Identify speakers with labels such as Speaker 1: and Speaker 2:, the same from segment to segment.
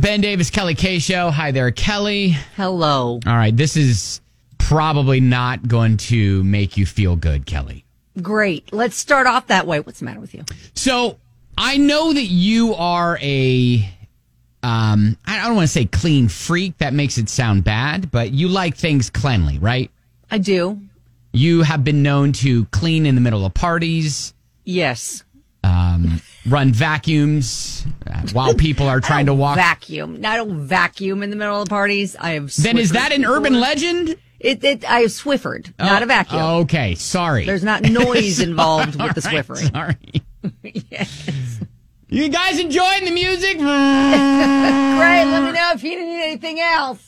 Speaker 1: Ben Davis, Kelly K Show. Hi there, Kelly.
Speaker 2: Hello.
Speaker 1: All right, this is probably not going to make you feel good, Kelly.
Speaker 2: Great. Let's start off that way. What's the matter with you?
Speaker 1: So I know that you are a, um, I don't want to say clean freak. That makes it sound bad, but you like things cleanly, right?
Speaker 2: I do.
Speaker 1: You have been known to clean in the middle of parties,
Speaker 2: Yes.
Speaker 1: um, run vacuums uh, while people are trying to walk.
Speaker 2: Oh, Vacuum. Now, I don't vacuum in the middle of parties. I have.
Speaker 1: then is
Speaker 2: Swiffered
Speaker 1: that an
Speaker 2: before.
Speaker 1: urban legend?
Speaker 2: It, it, I have Swiffered, not a vacuum.
Speaker 1: Oh, Okay, sorry.
Speaker 2: There's not noise involved with the
Speaker 1: Right,
Speaker 2: Swiffering.
Speaker 1: Sorry. You guys enjoying the music? All
Speaker 2: Great. Let me know if you need anything else.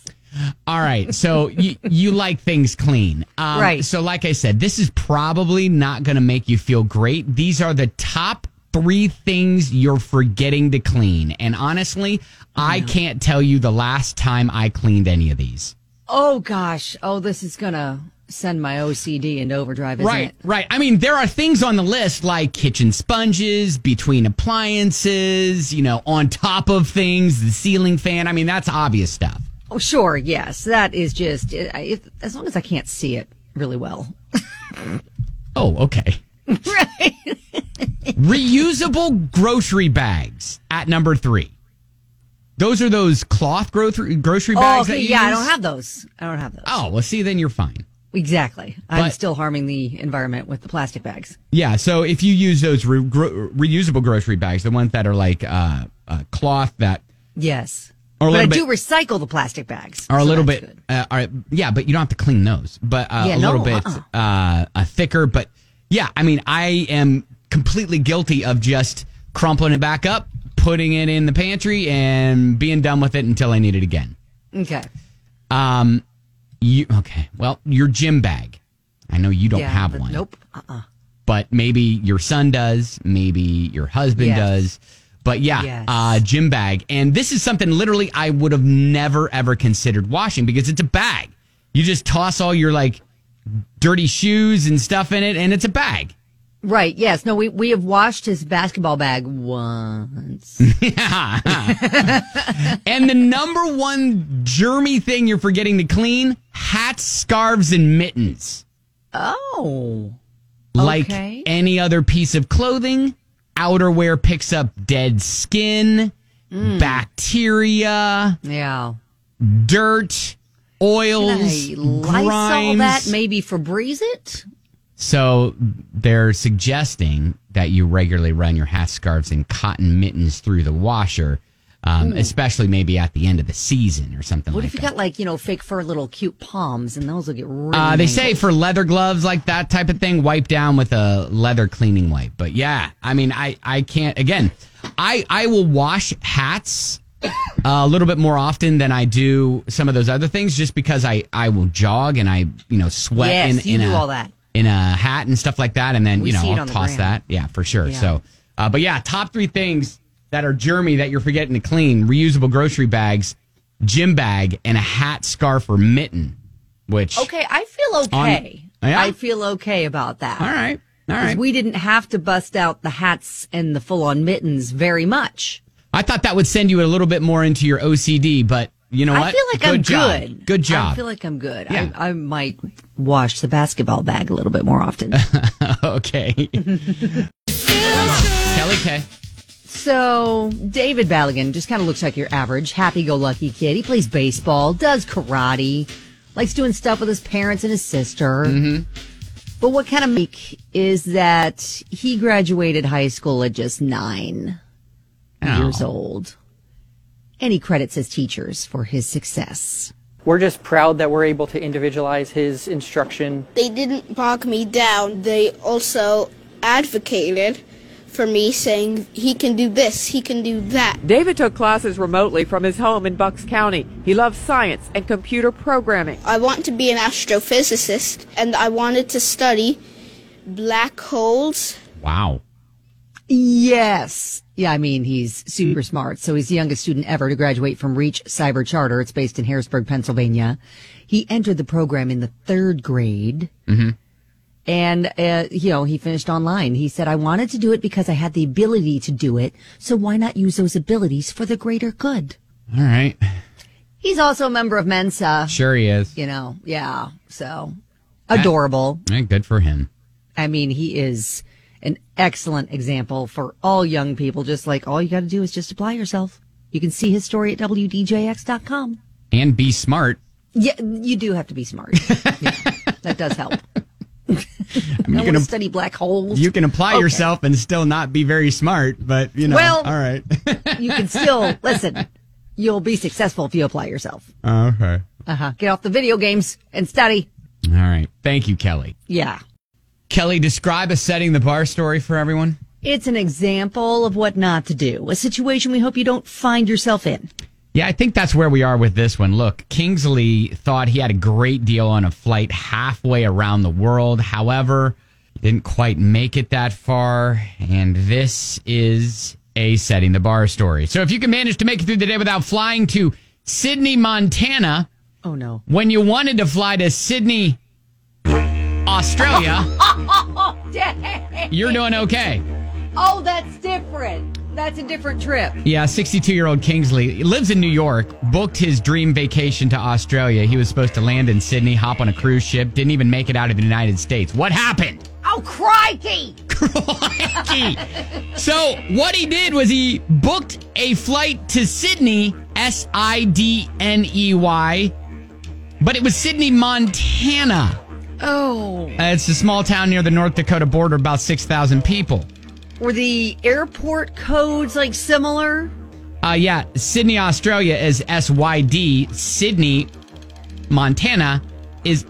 Speaker 1: right. So you, you like things clean. Um,
Speaker 2: Right.
Speaker 1: So, like I said, this is probably not going to make you feel great. These are the top three things you're forgetting to clean. And honestly, I can't tell you the last time I cleaned any of these.
Speaker 2: Oh, gosh. Oh, this is going to send my OCD into overdrive, isn't
Speaker 1: Right,
Speaker 2: it?
Speaker 1: right. I mean, there are things on the list like kitchen sponges, between appliances, you know, on top of things, the ceiling fan. I mean, that's obvious stuff.
Speaker 2: Oh, sure. Yes. That is just, it, I- if, as long as I can't see it really well.
Speaker 1: Oh, okay.
Speaker 2: right.
Speaker 1: Reusable grocery bags at number three. Those are those cloth grocery grocery
Speaker 2: Oh,
Speaker 1: bags.
Speaker 2: okay.
Speaker 1: that you
Speaker 2: Yeah. I
Speaker 1: use?
Speaker 2: don't have those. I don't have those.
Speaker 1: Oh, well, see, then you're fine.
Speaker 2: Exactly. I'm
Speaker 1: But-
Speaker 2: still harming the environment with the plastic bags.
Speaker 1: Yeah. So if you use those re- gro- reusable grocery bags, the ones that are like uh, uh, cloth that
Speaker 2: Yes.
Speaker 1: Or a
Speaker 2: but I
Speaker 1: little bit-
Speaker 2: do recycle the plastic bags.
Speaker 1: are a
Speaker 2: so
Speaker 1: little
Speaker 2: that's
Speaker 1: bit,
Speaker 2: good.
Speaker 1: uh, are, yeah, but you don't have to clean those, but uh,
Speaker 2: Yeah,
Speaker 1: a little
Speaker 2: no,
Speaker 1: bit
Speaker 2: uh-uh.
Speaker 1: uh, uh, thicker. But yeah, I mean, I am completely guilty of just crumpling it back up, putting it in the pantry, and being done with it until I need it again.
Speaker 2: Okay.
Speaker 1: Um, you okay? Well, your gym bag. I know you don't
Speaker 2: yeah,
Speaker 1: have
Speaker 2: but
Speaker 1: one,
Speaker 2: Nope. Uh-uh.
Speaker 1: but maybe your son does, maybe your husband
Speaker 2: Yes.
Speaker 1: does. But yeah,
Speaker 2: Yes.
Speaker 1: uh, gym bag, and this is something literally I would have never ever considered washing because it's a bag. You just toss all your like dirty shoes and stuff in it, and it's a bag.
Speaker 2: Right. Yes. No, we, we have washed his basketball bag once.
Speaker 1: And the number one germy thing you're forgetting to clean: hats, scarves, and mittens.
Speaker 2: oh.
Speaker 1: like
Speaker 2: Okay.
Speaker 1: any other piece of clothing. Outerwear picks up dead skin, bacteria,
Speaker 2: Mm. Yeah.
Speaker 1: dirt, oils,
Speaker 2: Hey, Lysol
Speaker 1: grimes.
Speaker 2: that, maybe Febreze it?
Speaker 1: so they're suggesting that you regularly run your hat scarves and cotton mittens through the washer, um, especially maybe at the end of the season or something
Speaker 2: What
Speaker 1: like
Speaker 2: if you
Speaker 1: that.
Speaker 2: got like, you know, fake fur little cute palms and those will get really
Speaker 1: uh, they
Speaker 2: mangled.
Speaker 1: say for leather gloves like that type of thing, wipe down with a leather cleaning wipe. But yeah, I mean, I I can't. Again, I I will wash hats uh, a little bit more often than I do some of those other things, just because I I will jog and I you know sweat
Speaker 2: Yes,
Speaker 1: in,
Speaker 2: you
Speaker 1: in
Speaker 2: do
Speaker 1: a
Speaker 2: all that.
Speaker 1: in a hat and stuff like that, and then
Speaker 2: We
Speaker 1: you know
Speaker 2: see it
Speaker 1: I'll
Speaker 2: on the
Speaker 1: toss
Speaker 2: gram.
Speaker 1: that. Yeah, for sure.
Speaker 2: Yeah.
Speaker 1: So, uh, but yeah, top three things that are germy that you're forgetting to clean: reusable grocery bags, gym bag, and a hat, scarf, or mitten. Which
Speaker 2: Okay, I feel okay.
Speaker 1: Yeah?
Speaker 2: I feel okay about that.
Speaker 1: All right. All
Speaker 2: 'Cause
Speaker 1: right.
Speaker 2: We didn't have to bust out the hats and the full on mittens very much.
Speaker 1: I thought that would send you a little bit more into your OCD, but you know what?
Speaker 2: I feel like I'm
Speaker 1: job.
Speaker 2: good.
Speaker 1: Good job.
Speaker 2: I feel like I'm good.
Speaker 1: Yeah.
Speaker 2: I, I might wash the basketball bag a little bit more often.
Speaker 1: okay. Kelly K.
Speaker 2: so, David Balligan just kind of looks like your average happy go lucky kid. He plays baseball, does karate, likes doing stuff with his parents and his sister.
Speaker 1: Mm-hmm.
Speaker 2: But what kind of make is that he graduated high school at just nine?
Speaker 1: Oh.
Speaker 2: years old. And he credits his teachers for his success.
Speaker 3: We're just proud that we're able to individualize his instruction.
Speaker 4: They didn't bog me down. They also advocated for me saying he can do this, he can do that.
Speaker 5: David took classes remotely from his home in Bucks County. He loves science and computer programming.
Speaker 4: I want to be an astrophysicist and I wanted to study black holes.
Speaker 1: Wow.
Speaker 2: Yes. Yeah, I mean, he's super smart. So he's the youngest student ever to graduate from Reach Cyber Charter. It's based in Harrisburg, Pennsylvania. He entered the program in the third grade.
Speaker 6: Mm-hmm.
Speaker 2: And, uh, you know, he finished online. He said, I wanted to do it because I had the ability to do it. So why not use those abilities for the greater good?
Speaker 1: All right.
Speaker 2: He's also a member of Mensa.
Speaker 1: Sure he is.
Speaker 2: You know, yeah. So adorable.
Speaker 1: All right, good for him.
Speaker 2: I mean, he is an excellent example for all young people. Just like all you got to do is just apply yourself. You can see his story at wdjx.com.
Speaker 1: And be smart.
Speaker 2: Yeah, you do have to be smart. Yeah, that does help.
Speaker 1: I mean,
Speaker 2: I
Speaker 1: you,
Speaker 2: want
Speaker 1: can,
Speaker 2: to
Speaker 1: ap-
Speaker 2: study black holes.
Speaker 1: you can apply
Speaker 2: Okay.
Speaker 1: yourself and still not be very smart, but you know.
Speaker 2: Well-
Speaker 1: all right.
Speaker 2: You can still listen. You'll be successful if you apply yourself.
Speaker 1: okay.
Speaker 2: Uh
Speaker 1: Uh-huh.
Speaker 2: huh. Get off the video games and study.
Speaker 1: All right. Thank you, Kelly.
Speaker 2: Yeah.
Speaker 1: Kelly, describe a setting the bar story for everyone.
Speaker 2: It's an example of what not to do, a situation we hope you don't find yourself in.
Speaker 1: Yeah, I think that's where we are with this one. Look, Kingsley thought he had a great deal on a flight halfway around the world. However, didn't quite make it that far. And this is a setting the bar story. So if you can manage to make it through the day without flying to Sydney, Montana,
Speaker 2: Oh no.
Speaker 1: when you wanted to fly to Sydney, Australia, Oh, you're doing okay.
Speaker 2: Oh, that's different. That's a different trip.
Speaker 1: Yeah, 62 year old Kingsley he lives in New York, booked his dream vacation to Australia. He was supposed to land in Sydney, hop on a cruise ship, didn't even make it out of the United States. What happened?
Speaker 2: Oh, crikey!
Speaker 1: Crikey. so, what he did was he booked a flight to Sydney, S I D N E Y, but it was Sydney, Montana.
Speaker 2: Oh.
Speaker 1: Uh, it's a small town near the North Dakota border, about 6,000 people.
Speaker 2: Were the airport codes like similar?
Speaker 1: Uh, yeah, Sydney, Australia is SYD. Sydney, Montana is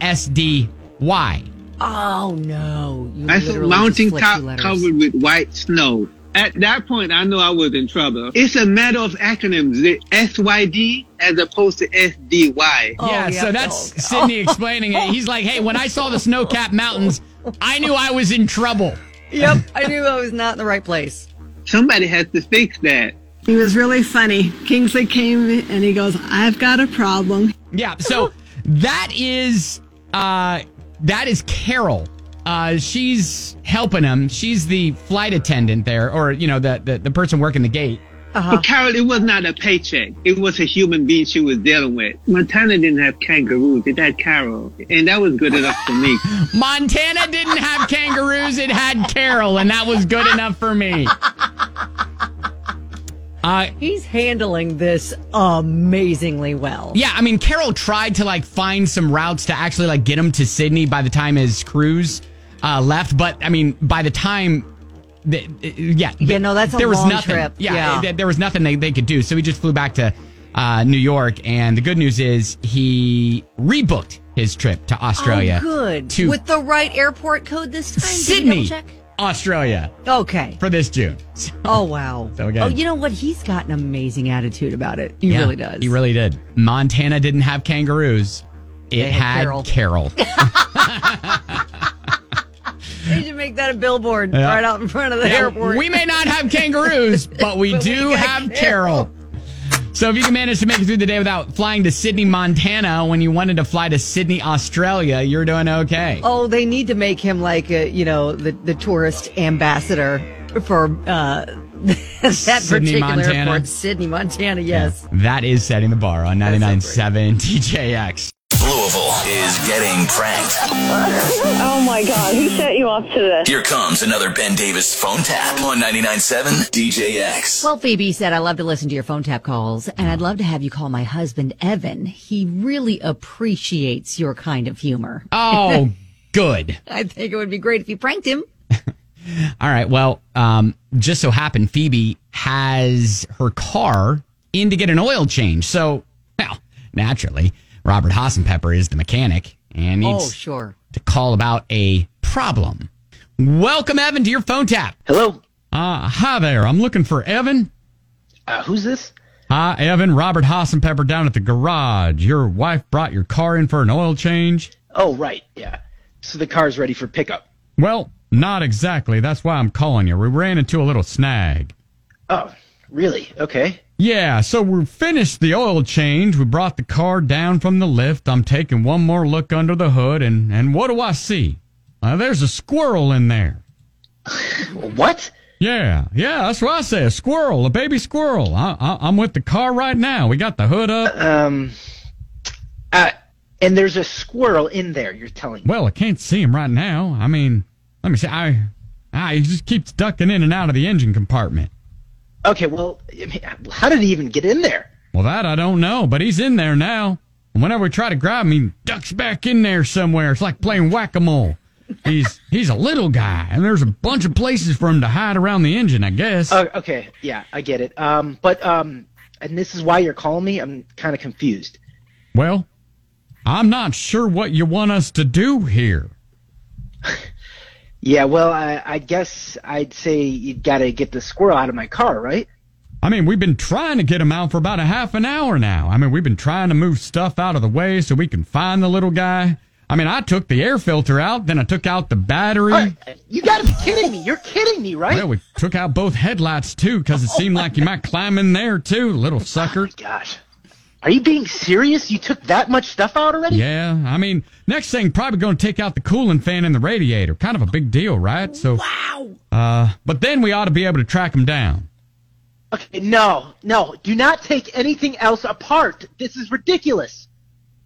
Speaker 1: SDY.
Speaker 2: Oh no! You
Speaker 6: That's a
Speaker 2: literally
Speaker 6: mountain
Speaker 2: just flipped two
Speaker 6: top
Speaker 2: letters.
Speaker 6: covered with white snow. At that point, I knew I was in trouble. It's a matter of acronyms. The SYD as opposed to SDY.
Speaker 1: yeah,
Speaker 2: Oh, yeah,
Speaker 1: so
Speaker 2: dog. Oh.
Speaker 1: that's Sydney explaining it. He's like, hey, when I saw the snow capped mountains, I knew I was in trouble.
Speaker 2: Yep, I knew I was not in the right place.
Speaker 6: Somebody has to fix that.
Speaker 7: He was really funny. Kingsley came and he goes, I've got a problem.
Speaker 1: Yeah, so that is uh that is Carol. Uh she's helping him. She's the flight attendant there, or you know, the the, the person working the gate.
Speaker 2: uh-huh.
Speaker 6: But Carol, it was not a paycheck. It was a human being she was dealing with. Montana didn't have kangaroos. It had Carol. And that was good enough for me.
Speaker 1: Montana didn't have kangaroos, it had Carol, and that was good enough for me. Uh,
Speaker 2: He's handling this amazingly well.
Speaker 1: yeah, I mean, Carol tried to like find some routes to actually like get him to Sydney by the time his cruise uh, left, but I mean, by the time, the, uh, yeah,
Speaker 2: Yeah, no, that's a
Speaker 1: there was
Speaker 2: long
Speaker 1: nothing.
Speaker 2: trip.
Speaker 1: Yeah,
Speaker 2: Yeah.
Speaker 1: th- there was nothing they, they could do, so he just flew back to uh, New York, and the good news is he rebooked his trip to Australia.
Speaker 2: Oh, good.
Speaker 1: to
Speaker 2: With the right airport code this time. Did
Speaker 1: Sydney,
Speaker 2: you double check?
Speaker 1: Australia,
Speaker 2: Okay.
Speaker 1: for this June. So-
Speaker 2: Oh wow.
Speaker 1: So again-
Speaker 2: oh, you know what? He's got an amazing attitude about it. He
Speaker 1: Yeah,
Speaker 2: really does.
Speaker 1: He really did. Montana didn't have kangaroos. It
Speaker 2: had
Speaker 1: had Carol.
Speaker 2: Carol. They should make that a billboard
Speaker 1: Yeah.
Speaker 2: right out in front of the airport.
Speaker 1: we may not have kangaroos, but we
Speaker 2: But we
Speaker 1: do
Speaker 2: got
Speaker 1: have Carol. So if you can manage to make it through the day without flying to Sydney, Montana, when you wanted to fly to Sydney, Australia, you're doing okay.
Speaker 2: oh, they need to make him like a, you know the the tourist ambassador for uh, that
Speaker 1: Sydney,
Speaker 2: particular
Speaker 1: Montana.
Speaker 2: airport, Sydney, Montana. Yes.
Speaker 1: That is setting the bar on 99.7 TJX.
Speaker 8: Louisville is getting pranked.
Speaker 9: Oh my God, who set you up to this?
Speaker 8: Here comes another Ben Davis phone tap on 99.7 DJX.
Speaker 2: Well, Phoebe said, I love to listen to your phone tap calls, and I'd love to have you call my husband, Evan. He really appreciates your kind of humor.
Speaker 1: Oh, good.
Speaker 2: I think it would be great if you pranked him.
Speaker 1: All right. Well, um, just so happened Phoebe has her car in to get an oil change. So, well, naturally, Robert Hassenpepper is the mechanic and needs
Speaker 2: Oh, sure.
Speaker 1: to call about a problem. Welcome, Evan, to your phone tap.
Speaker 10: Hello.
Speaker 1: Uh, hi there. I'm looking for Evan.
Speaker 10: Uh, who's this?
Speaker 1: Hi, Evan. Robert Hassenpepper down at the garage. Your wife brought your car in for an oil change.
Speaker 10: Oh, right. Yeah. So the car's ready for pickup.
Speaker 1: Well, not exactly. That's why I'm calling you. We ran into a little snag.
Speaker 10: Oh, really? Okay.
Speaker 1: Yeah, so we finished the oil change. We brought the car down from the lift. I'm taking one more look under the hood, and, and what do I see? Uh, there's a squirrel in there.
Speaker 10: What?
Speaker 11: Yeah, yeah, that's what I say. A squirrel, a baby squirrel. I, I, I'm with the car right now. We got the hood up.
Speaker 10: Um, uh, and there's a squirrel in there. You're telling me.
Speaker 11: Well, I can't see him right now. I mean, let me see. I, I he just keeps ducking in and out of the engine compartment.
Speaker 10: Okay, well, I mean, how did he even get in there?
Speaker 11: Well, that I don't know, but he's in there now. And whenever we try to grab him, he ducks back in there somewhere. It's like playing whack a mole. He's he's a little guy, and there's a bunch of places for him to hide around the engine, I guess.
Speaker 10: Uh, okay, yeah, I get it. Um, but um, and this is why you're calling me. I'm kind of confused.
Speaker 11: Well, I'm not sure what you want us to do here.
Speaker 10: Yeah, well, I, I guess I'd say you got to get the squirrel out of my car, right?
Speaker 11: I mean, we've been trying to get him out for about a half an hour now. I mean, we've been trying to move stuff out of the way so we can find the little guy. I mean, I took the air filter out, then I took out the battery.
Speaker 10: You got to be kidding me. You're kidding me, right?
Speaker 11: Well, we took out both headlights too because it seemed like you might climb in there too, little sucker.
Speaker 10: Oh, Gosh. Are you being serious? You took that much stuff out already?
Speaker 11: Yeah, I mean, next thing probably going to take out the cooling fan and the radiator. Kind of a big deal, right? So, wow. Uh, but then we ought to be able to track him down.
Speaker 10: Okay, no, no. Do not take anything else apart. This is ridiculous.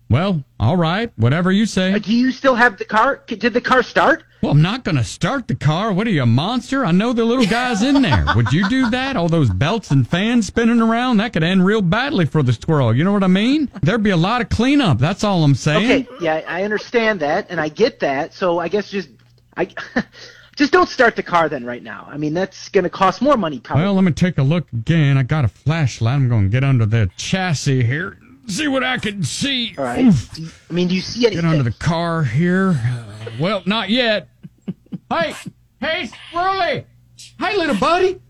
Speaker 11: Well, all right, whatever you say.
Speaker 10: Uh, Do you still have the car? C- Did the car start?
Speaker 11: Well, I'm not going to start the car. What are you, a monster? I know the little guy's in there. Would you do that? All those belts and fans spinning around, that could end real badly for the squirrel. You know what I mean? There'd be a lot of cleanup. That's all I'm saying.
Speaker 10: Okay, yeah, I understand that and I get that. So I guess just I just don't start the car then right now. I mean, that's going to cost more money probably.
Speaker 11: Well, let me take a look again. I got a flashlight. I'm going to get under the chassis here. See what I can see.
Speaker 10: all right. Do you- I mean, do you see anything?
Speaker 11: Get under the car here. Uh, well, not yet. Hey, hey, Squirrely. Hey, little buddy.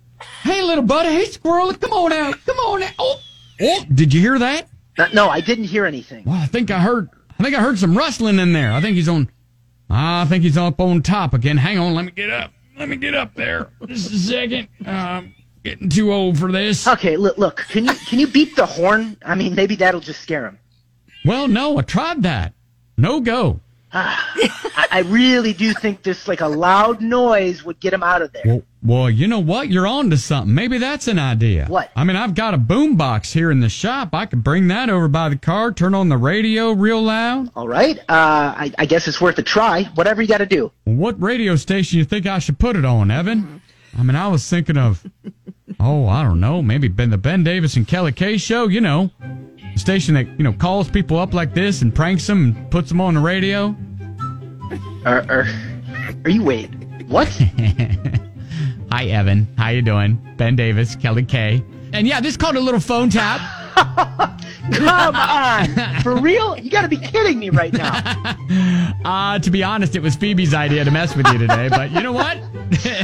Speaker 11: Hey, little buddy. Hey, Squirrely. Come on out. Come on out. Oh, oh. Did you hear that?
Speaker 10: No, no, I didn't hear anything.
Speaker 11: Well, I think I heard. I think I heard some rustling in there. I think he's on. I think he's up on top again. Hang on. Let me get up. Let me get up there. Just a second. Uh, I'm getting too old for this.
Speaker 10: Okay, look, look. Can you can you beep the horn? I mean, maybe that'll just scare him.
Speaker 11: Well, no, I tried that. No go.
Speaker 10: Ah, I, I really do think this like a loud noise would get him out of there.
Speaker 11: Well, well, you know what? You're on to something. Maybe that's an idea.
Speaker 10: What?
Speaker 11: I mean, I've got a boom box here in the shop. I could bring that over by the car, turn on the radio real loud.
Speaker 10: All right. Uh, I, I guess it's worth a try. Whatever you got to do.
Speaker 11: What radio station you think I should put it on, Evan? I mean, I was thinking of, oh, I don't know, maybe Ben the Ben Davis and Kelly K show. You know, the station that you know calls people up like this and pranks them and puts them on the radio.
Speaker 10: Are are, are you wait? What?
Speaker 1: Hi, Evan. How you doing? Ben Davis, Kelly K. And yeah, this called a little phone tap.
Speaker 10: Come on, for real? You got to be kidding me right now.
Speaker 11: Ah,
Speaker 1: Uh, to be honest, it was Phoebe's idea to mess with you today, but you know what?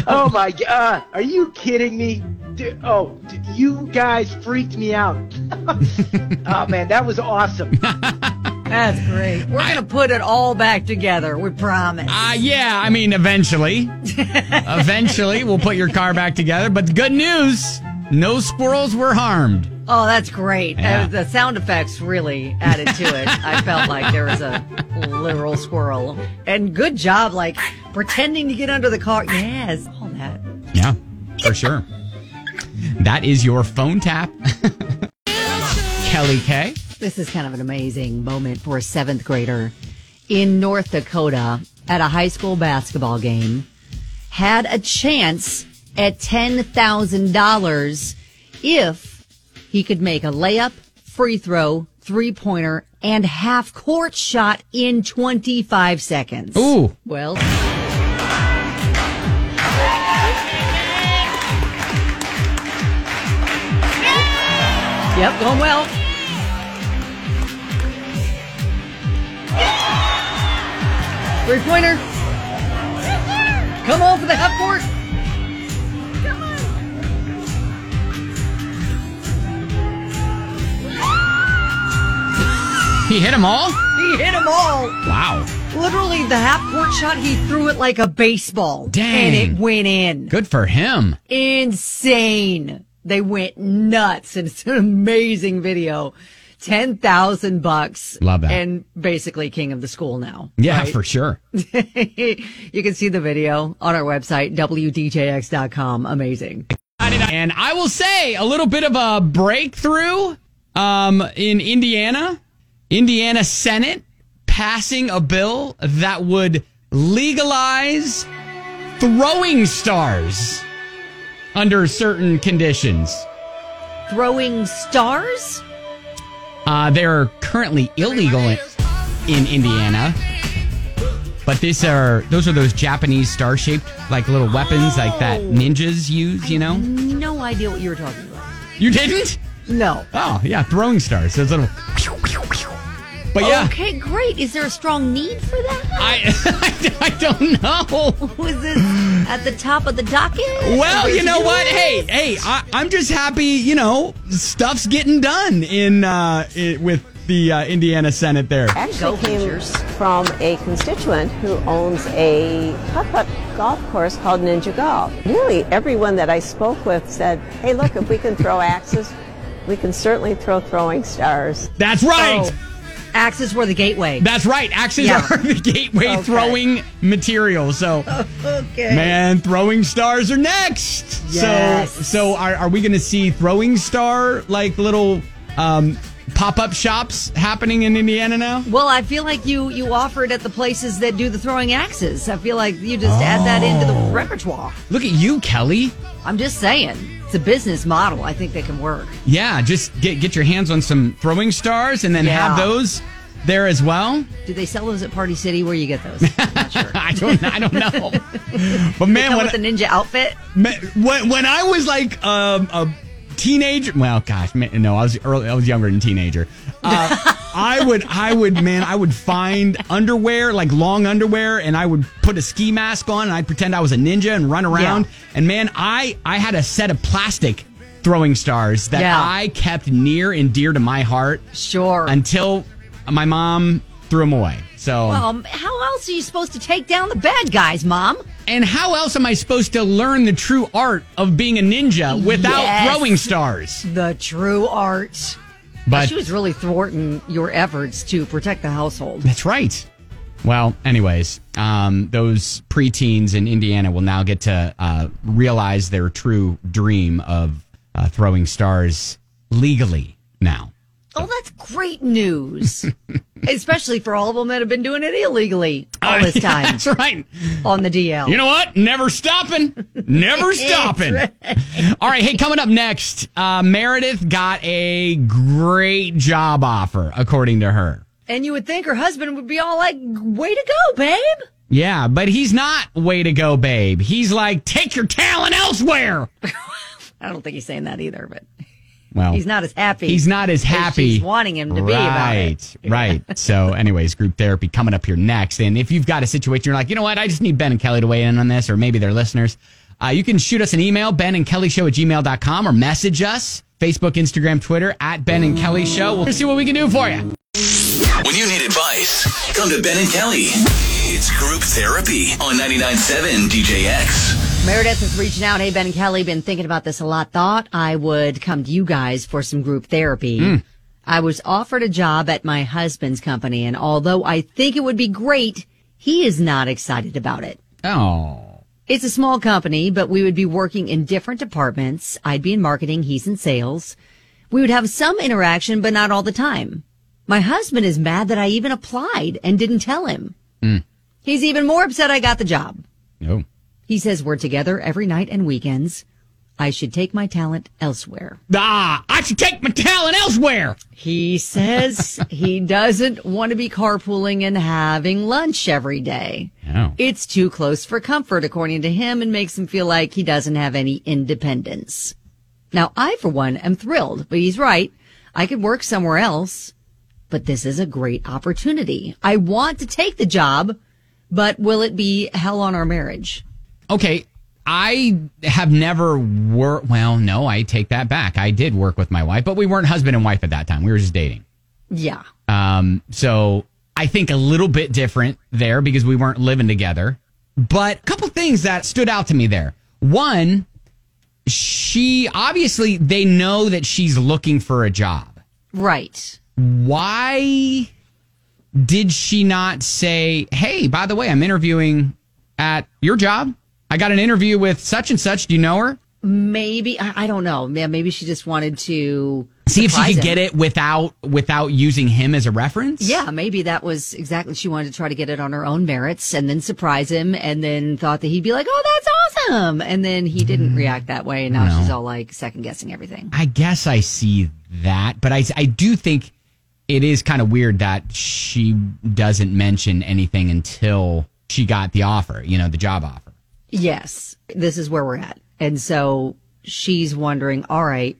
Speaker 10: Oh my god, are you kidding me? Dude, oh, d you guys freaked me out. oh man, that was awesome.
Speaker 2: That's great. We're going to put it all back together. We promise.
Speaker 1: Uh, yeah, I mean, eventually. eventually, we'll put your car back together. But the good news no squirrels were harmed.
Speaker 2: Oh, that's great.
Speaker 1: Yeah.
Speaker 2: Uh, the sound effects really added to it. I felt like there was a literal squirrel. And good job, like pretending to get under the car. Yes, all that.
Speaker 1: Yeah, for sure. That is your phone tap. Kelly K.
Speaker 2: This is kind of an amazing moment for a seventh grader in North Dakota at a high school basketball game. Had a chance at $10,000 if he could make a layup, free throw, three pointer, and half court shot in 25 seconds.
Speaker 1: Ooh.
Speaker 2: Well, yep, going well. Three pointer. Come on for the half court.
Speaker 1: He hit them all?
Speaker 2: He hit them all.
Speaker 1: Wow.
Speaker 2: Literally, the half court shot, he threw it like a baseball.
Speaker 1: Dang.
Speaker 2: And it went in.
Speaker 1: Good for him.
Speaker 2: Insane. They went nuts. And it's an amazing video. ten thousand bucks.
Speaker 1: Love that.
Speaker 2: And basically king of the school now.
Speaker 1: Yeah,
Speaker 2: right?
Speaker 1: for sure.
Speaker 2: you can see the video on our website, wdjx.com. Amazing.
Speaker 1: And I will say a little bit of a breakthrough um, in Indiana. Indiana Senate passing a bill that would legalize throwing stars under certain conditions.
Speaker 2: Throwing stars?
Speaker 1: Uh, they are currently illegal in, in Indiana, but these are those are those Japanese star shaped like little weapons like that ninjas use. You know.
Speaker 2: No idea what you were talking about.
Speaker 1: You didn't?
Speaker 2: No.
Speaker 1: Oh, yeah, throwing stars. Those little. But yeah,
Speaker 2: Okay, great. Is there a strong need for that?
Speaker 1: I, I don't know.
Speaker 2: Was this at the top of the docket?
Speaker 1: Well, you know what?
Speaker 2: Really?
Speaker 1: Hey, hey, I, I'm just happy. You know, stuff's getting done in uh, i with the uh, Indiana Senate there.
Speaker 12: actually came from a constituent who owns a putt-putt golf course called Ninja Golf. Really, everyone that I spoke with said, "Hey, look, if we can throw axes, we can certainly throw throwing stars."
Speaker 1: That's right.
Speaker 2: Oh, Axes were the gateway.
Speaker 1: That's right. Axes
Speaker 2: Yeah.
Speaker 1: are the gateway
Speaker 2: Okay.
Speaker 1: throwing material. So,
Speaker 2: Okay.
Speaker 1: man, throwing stars are next.
Speaker 2: Yes.
Speaker 1: So, so are, are we going to see throwing star like little um, pop up shops happening in Indiana now?
Speaker 2: Well, I feel like you you offer it at the places that do the throwing axes. I feel like you just add that into the repertoire.
Speaker 1: Oh. Look at you, Kelly.
Speaker 2: I'm just saying, it's a business model. I think they can work.
Speaker 1: Yeah, just get get your hands on some throwing stars and then
Speaker 2: Yeah.
Speaker 1: have those there as well.
Speaker 2: Do they sell those at Party City? Where you get those? I'm not sure.
Speaker 1: I don't I don't know. But
Speaker 2: They
Speaker 1: man,
Speaker 2: come
Speaker 1: when,
Speaker 2: with a ninja outfit.
Speaker 1: ma- when when I was like um, a teenager, well, gosh, man, no, I was early, I was younger than teenager. Uh, I would I would man, I would find underwear like long underwear, and I would put a ski mask on, and I'd pretend I was a ninja and run around. And man, I I had a set of plastic throwing stars that
Speaker 2: Yeah.
Speaker 1: I kept near and dear to my heart.
Speaker 2: Sure.
Speaker 1: Until my mom threw them away. So
Speaker 2: Well, um, how else are you supposed to take down the bad guys, Mom?
Speaker 1: and how else am I supposed to learn the true art of being a ninja without
Speaker 2: Yes.
Speaker 1: throwing stars?
Speaker 2: The true art.
Speaker 1: But-
Speaker 2: she was really thwarting your efforts to protect the household.
Speaker 1: That's right. Well, anyways, um, those preteens in Indiana will now get to uh, realize their true dream of uh, throwing stars legally now.
Speaker 2: Oh, that's great news. Especially for all of them that have been doing it illegally all this time.
Speaker 1: That's right.
Speaker 2: On the DL.
Speaker 1: You know what? Never stopping. Never stopping. All right. Hey, coming up next, uh, Meredith got a great job offer, according to her.
Speaker 2: And you would think her husband would be all like, way to go, babe.
Speaker 1: Yeah, but he's not way to go, babe. He's like, take your talent elsewhere.
Speaker 2: I don't think he's saying that either, but
Speaker 1: Well,
Speaker 2: he's not as happy.
Speaker 1: He's not as
Speaker 2: as
Speaker 1: happy.
Speaker 2: she's wanting him to be about it.
Speaker 1: Right, right. So, anyways, group therapy coming up here next. And if you've got a situation, you're like, you know what, I just need Ben and Kelly to weigh in on this, or maybe their listeners, uh, you can shoot us an email, Ben and Kelly Show at gmail.com, or message us, Facebook, Instagram, Twitter, at Ben and Kelly Show. We'll see what we can do for you.
Speaker 8: When you need advice, come to Ben and Kelly. It's group therapy on 99.7 DJX.
Speaker 2: Meredith is reaching out. Hey, Ben and Kelly, been thinking about this a lot. Thought I would come to you guys for some group therapy.
Speaker 1: Hmm.
Speaker 2: I was offered a job at my husband's company, and although I think it would be great, he is not excited about it.
Speaker 1: Oh.
Speaker 2: It's a small company, but we would be working in different departments. I'd be in marketing, he's in sales. We would have some interaction, but not all the time. My husband is mad that I even applied and didn't tell him.
Speaker 1: Mm.
Speaker 2: He's even more upset I got the job.
Speaker 1: No.
Speaker 2: He says we're together every night and weekends. I should take my talent elsewhere.
Speaker 1: Ah, I should take my talent elsewhere.
Speaker 2: He says he doesn't want to be carpooling and having lunch every day.
Speaker 1: No.
Speaker 2: It's too close for comfort, according to him, and makes him feel like he doesn't have any independence. Now, I, for one, am thrilled, but he's right. I could work somewhere else, but this is a great opportunity. I want to take the job, but will it be hell on our marriage?
Speaker 1: Okay. I have never worked. Well, no, I take that back. I did work with my wife, but we weren't husband and wife at that time. We were just dating.
Speaker 2: Yeah.
Speaker 1: Um, so I think a little bit different there because we weren't living together. But a couple things that stood out to me there. One, she obviously they know that she's looking for a job.
Speaker 2: Right.
Speaker 1: why did she not say, "Hey, by the way, I'm interviewing at your job. I got an interview with such and such. Do you know her?"
Speaker 2: Maybe I, I don't know. Yeah, maybe she just wanted to
Speaker 1: See if she
Speaker 2: surprise
Speaker 1: could
Speaker 2: him.
Speaker 1: get it without without using him as a reference.
Speaker 2: Yeah, maybe that was exactly. She wanted to try to get it on her own merits and then surprise him, and then thought that he'd be like, "Oh, that's awesome," and then he didn't react that way, and now
Speaker 1: No.
Speaker 2: she's all like second guessing everything.
Speaker 1: I guess I see that, but I I do think it is kind of weird that she doesn't mention anything until she got the offer, you know, the job offer.
Speaker 2: Yes, this is where we're at, and so she's wondering, all right,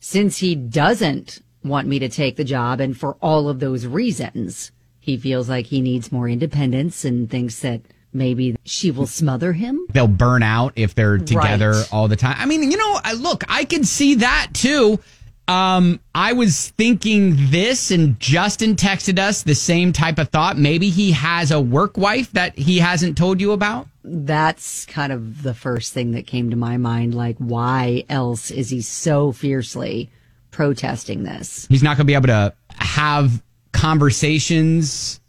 Speaker 2: since he doesn't want me to take the job, and for all of those reasons, he feels like he needs more independence and thinks that maybe she will smother him.
Speaker 1: They'll burn out if they're together
Speaker 2: Right.
Speaker 1: all the time. I mean, you know, I, look, I can see that too. Um, I was thinking this, and Justin texted us the same type of thought. Maybe he has a work wife that he hasn't told you about.
Speaker 2: that's kind of the first thing that came to my mind. Like, why else is he so fiercely protesting this?
Speaker 1: He's not going to be able to have conversations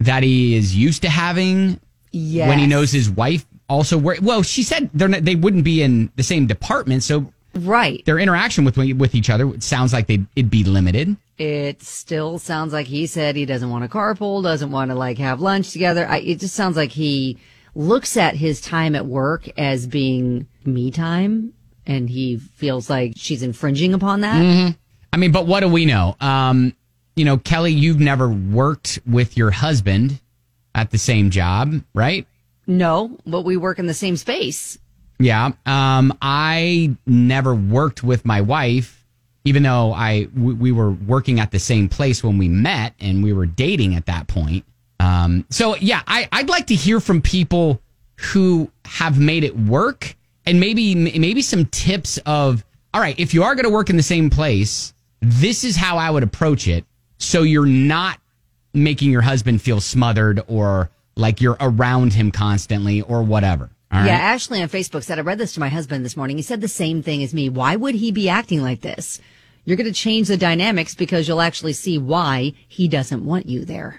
Speaker 1: that he is used to having
Speaker 2: Yes.
Speaker 1: when he knows his wife also work. Well, she said they're not, they wouldn't be in the same department, so
Speaker 2: right
Speaker 1: their interaction with with each other sounds like they it'd be limited.
Speaker 2: It still sounds like he said he doesn't want to carpool, doesn't want to like have lunch together. I, it just sounds like he looks at his time at work as being me time, and he feels like she's infringing upon that.
Speaker 1: Mhm. I mean, but what do we know? Um, you know, Kelly, you've never worked with your husband at the same job, right?
Speaker 2: No, but we work in the same space.
Speaker 1: Yeah. Um, I never worked with my wife, even though I we, we were working at the same place when we met and we were dating at that point. Um, so yeah, I, I'd like to hear from people who have made it work and maybe maybe some tips of all right, if you are going to work in the same place, this is how I would approach it. So you're not making your husband feel smothered or like you're around him constantly or whatever. All right.
Speaker 2: yeah, Ashley on Facebook said, I read this to my husband this morning. He said the same thing as me. Why would he be acting like this? You're going to change the dynamics because you'll actually see why he doesn't want you there.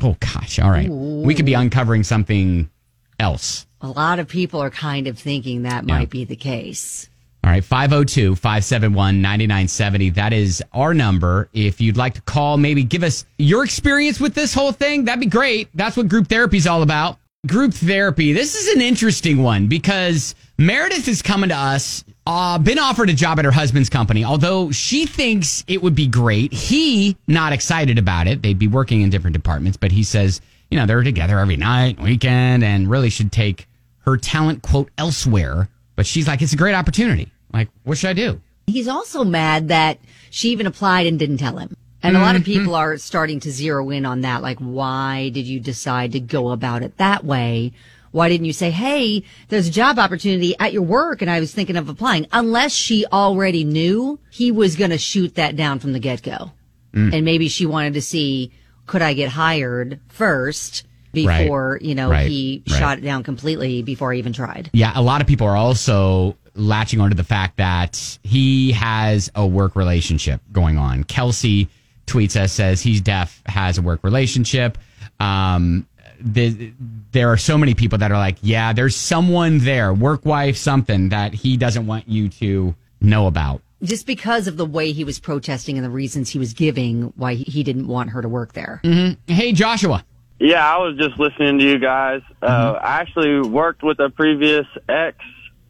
Speaker 1: Oh gosh! All right, we could be uncovering something else.
Speaker 2: A lot of people are kind of thinking that
Speaker 1: Yeah.
Speaker 2: might be the case.
Speaker 1: All right, 502 571 9970. oh. That is our number. If you'd like to call, maybe give us your experience with this whole thing. That'd be great. That's what group therapy's all about. Group therapy. This is an interesting one because Meredith is coming to us, uh, been offered a job at her husband's company, although she thinks it would be great. He, not excited about it. They'd be working in different departments, but he says, you know, they're together every night, weekend, and really should take her talent quote elsewhere but she's like it's a great opportunity like what should i do
Speaker 2: He's also mad that she even applied and didn't tell him. And a lot of
Speaker 1: Mm-hmm.
Speaker 2: people are starting to zero in on that. Like, why did you decide to go about it that way? Why didn't you say, Hey, there's a job opportunity at your work. And I was thinking of applying unless she already knew he was going to shoot that down from the get go.
Speaker 13: Mm.
Speaker 2: And maybe she wanted to see, could I get hired first
Speaker 1: Right.
Speaker 2: before, you know,
Speaker 1: Right.
Speaker 2: he
Speaker 1: Right.
Speaker 2: shot it down completely before I even tried.
Speaker 1: yeah a lot of people are also latching onto the fact that he has a work relationship going on kelsey tweets us says he's deaf has a work relationship um the, there are so many people that are like yeah there's someone there work wife something that he doesn't want you to know about
Speaker 2: just because of the way he was protesting and the reasons he was giving why he- he didn't want her to work there.
Speaker 1: Mm-hmm. Hey, Joshua.
Speaker 14: Yeah, I was just listening to you guys. Uh, I actually worked with a previous ex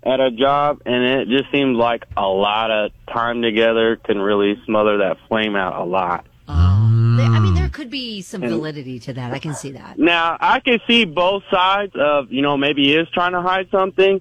Speaker 14: at a job, and it just seemed like a lot of time together can really smother that flame out a lot.
Speaker 2: I mean, there could be some validity to that. I can see that.
Speaker 14: Now, I can see both sides of, you know, maybe he is trying to hide something.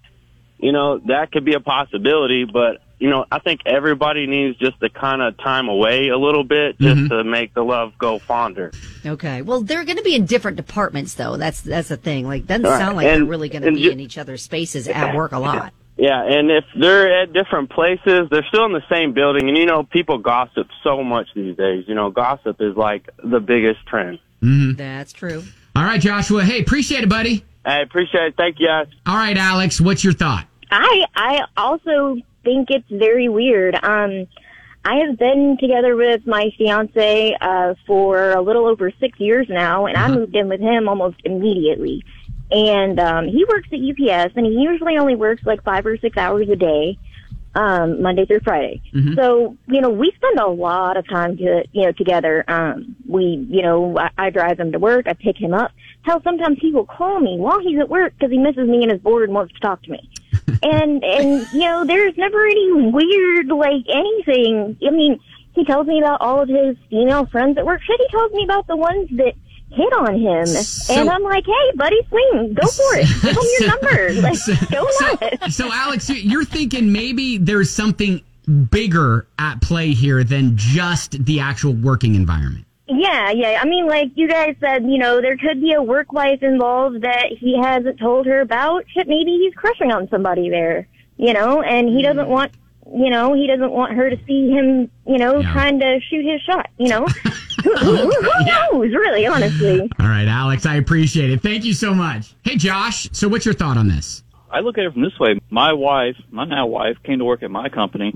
Speaker 14: You know, that could be a possibility, but, you know, I think everybody needs just the kind of time away a little bit just to make the love go fonder.
Speaker 2: Okay. Well, they're going to be in different departments, though. That's that's the thing. Like, doesn't
Speaker 14: Right.
Speaker 2: sound like they're
Speaker 14: And-
Speaker 2: really going to
Speaker 14: and
Speaker 2: be
Speaker 14: ju-
Speaker 2: in each other's spaces at work a lot.
Speaker 14: Yeah, and if they're at different places, they're still in the same building. And you know, people gossip so much these days. You know, gossip is like the biggest trend.
Speaker 2: That's true.
Speaker 1: Mm-hmm. all right joshua hey appreciate it buddy
Speaker 14: I appreciate it. Thank you guys.
Speaker 1: all right alex what's your thought
Speaker 13: I I also think it's very weird. Um, I have been together with my fiance uh, for a little over six years now, and I moved in with him almost immediately. And um, he works at UPS, and he usually only works like five or six hours a day, um, Monday through Friday.
Speaker 15: Mhm.
Speaker 13: So you know, we spend a lot of time to, you know together. Um, we you know, I, I drive him to work, I pick him up. Hell, sometimes he will call me while he's at work because he misses me and is bored and wants to talk to me and and you know there's never any weird like anything i mean he tells me about all of his female friends at work shit he tells me about the ones that hit on him and i'm like hey buddy swing go for it give him your number like go
Speaker 1: so, so Alex, you- you're thinking maybe there's something bigger at play here than just the actual working environment.
Speaker 13: Yeah, yeah. I mean, like you guys said, you know, there could be a work life involved that he hasn't told her about. Shit, maybe he's crushing on somebody there, you know, and he doesn't want, you know, he doesn't want her to see him, you know, trying to shoot his shot, you know. who, who, who knows, really, honestly?
Speaker 1: All right, Alex, I appreciate it. Thank you so much. Hey, Josh. So, what's your thought on this?
Speaker 16: I look at it from this way. My wife, my now wife, came to work at my company,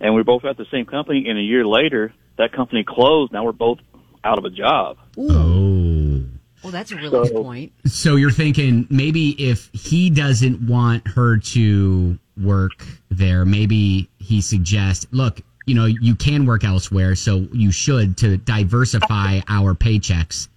Speaker 16: and we are both at the same company. And a year later, that company closed. Now we're both out of a job.
Speaker 1: Oh.
Speaker 2: Well, that's a really
Speaker 16: So-
Speaker 2: good point.
Speaker 1: So you're thinking maybe if he doesn't want her to work there, maybe he suggests, look, you know, you can work elsewhere, so you should to diversify our paychecks.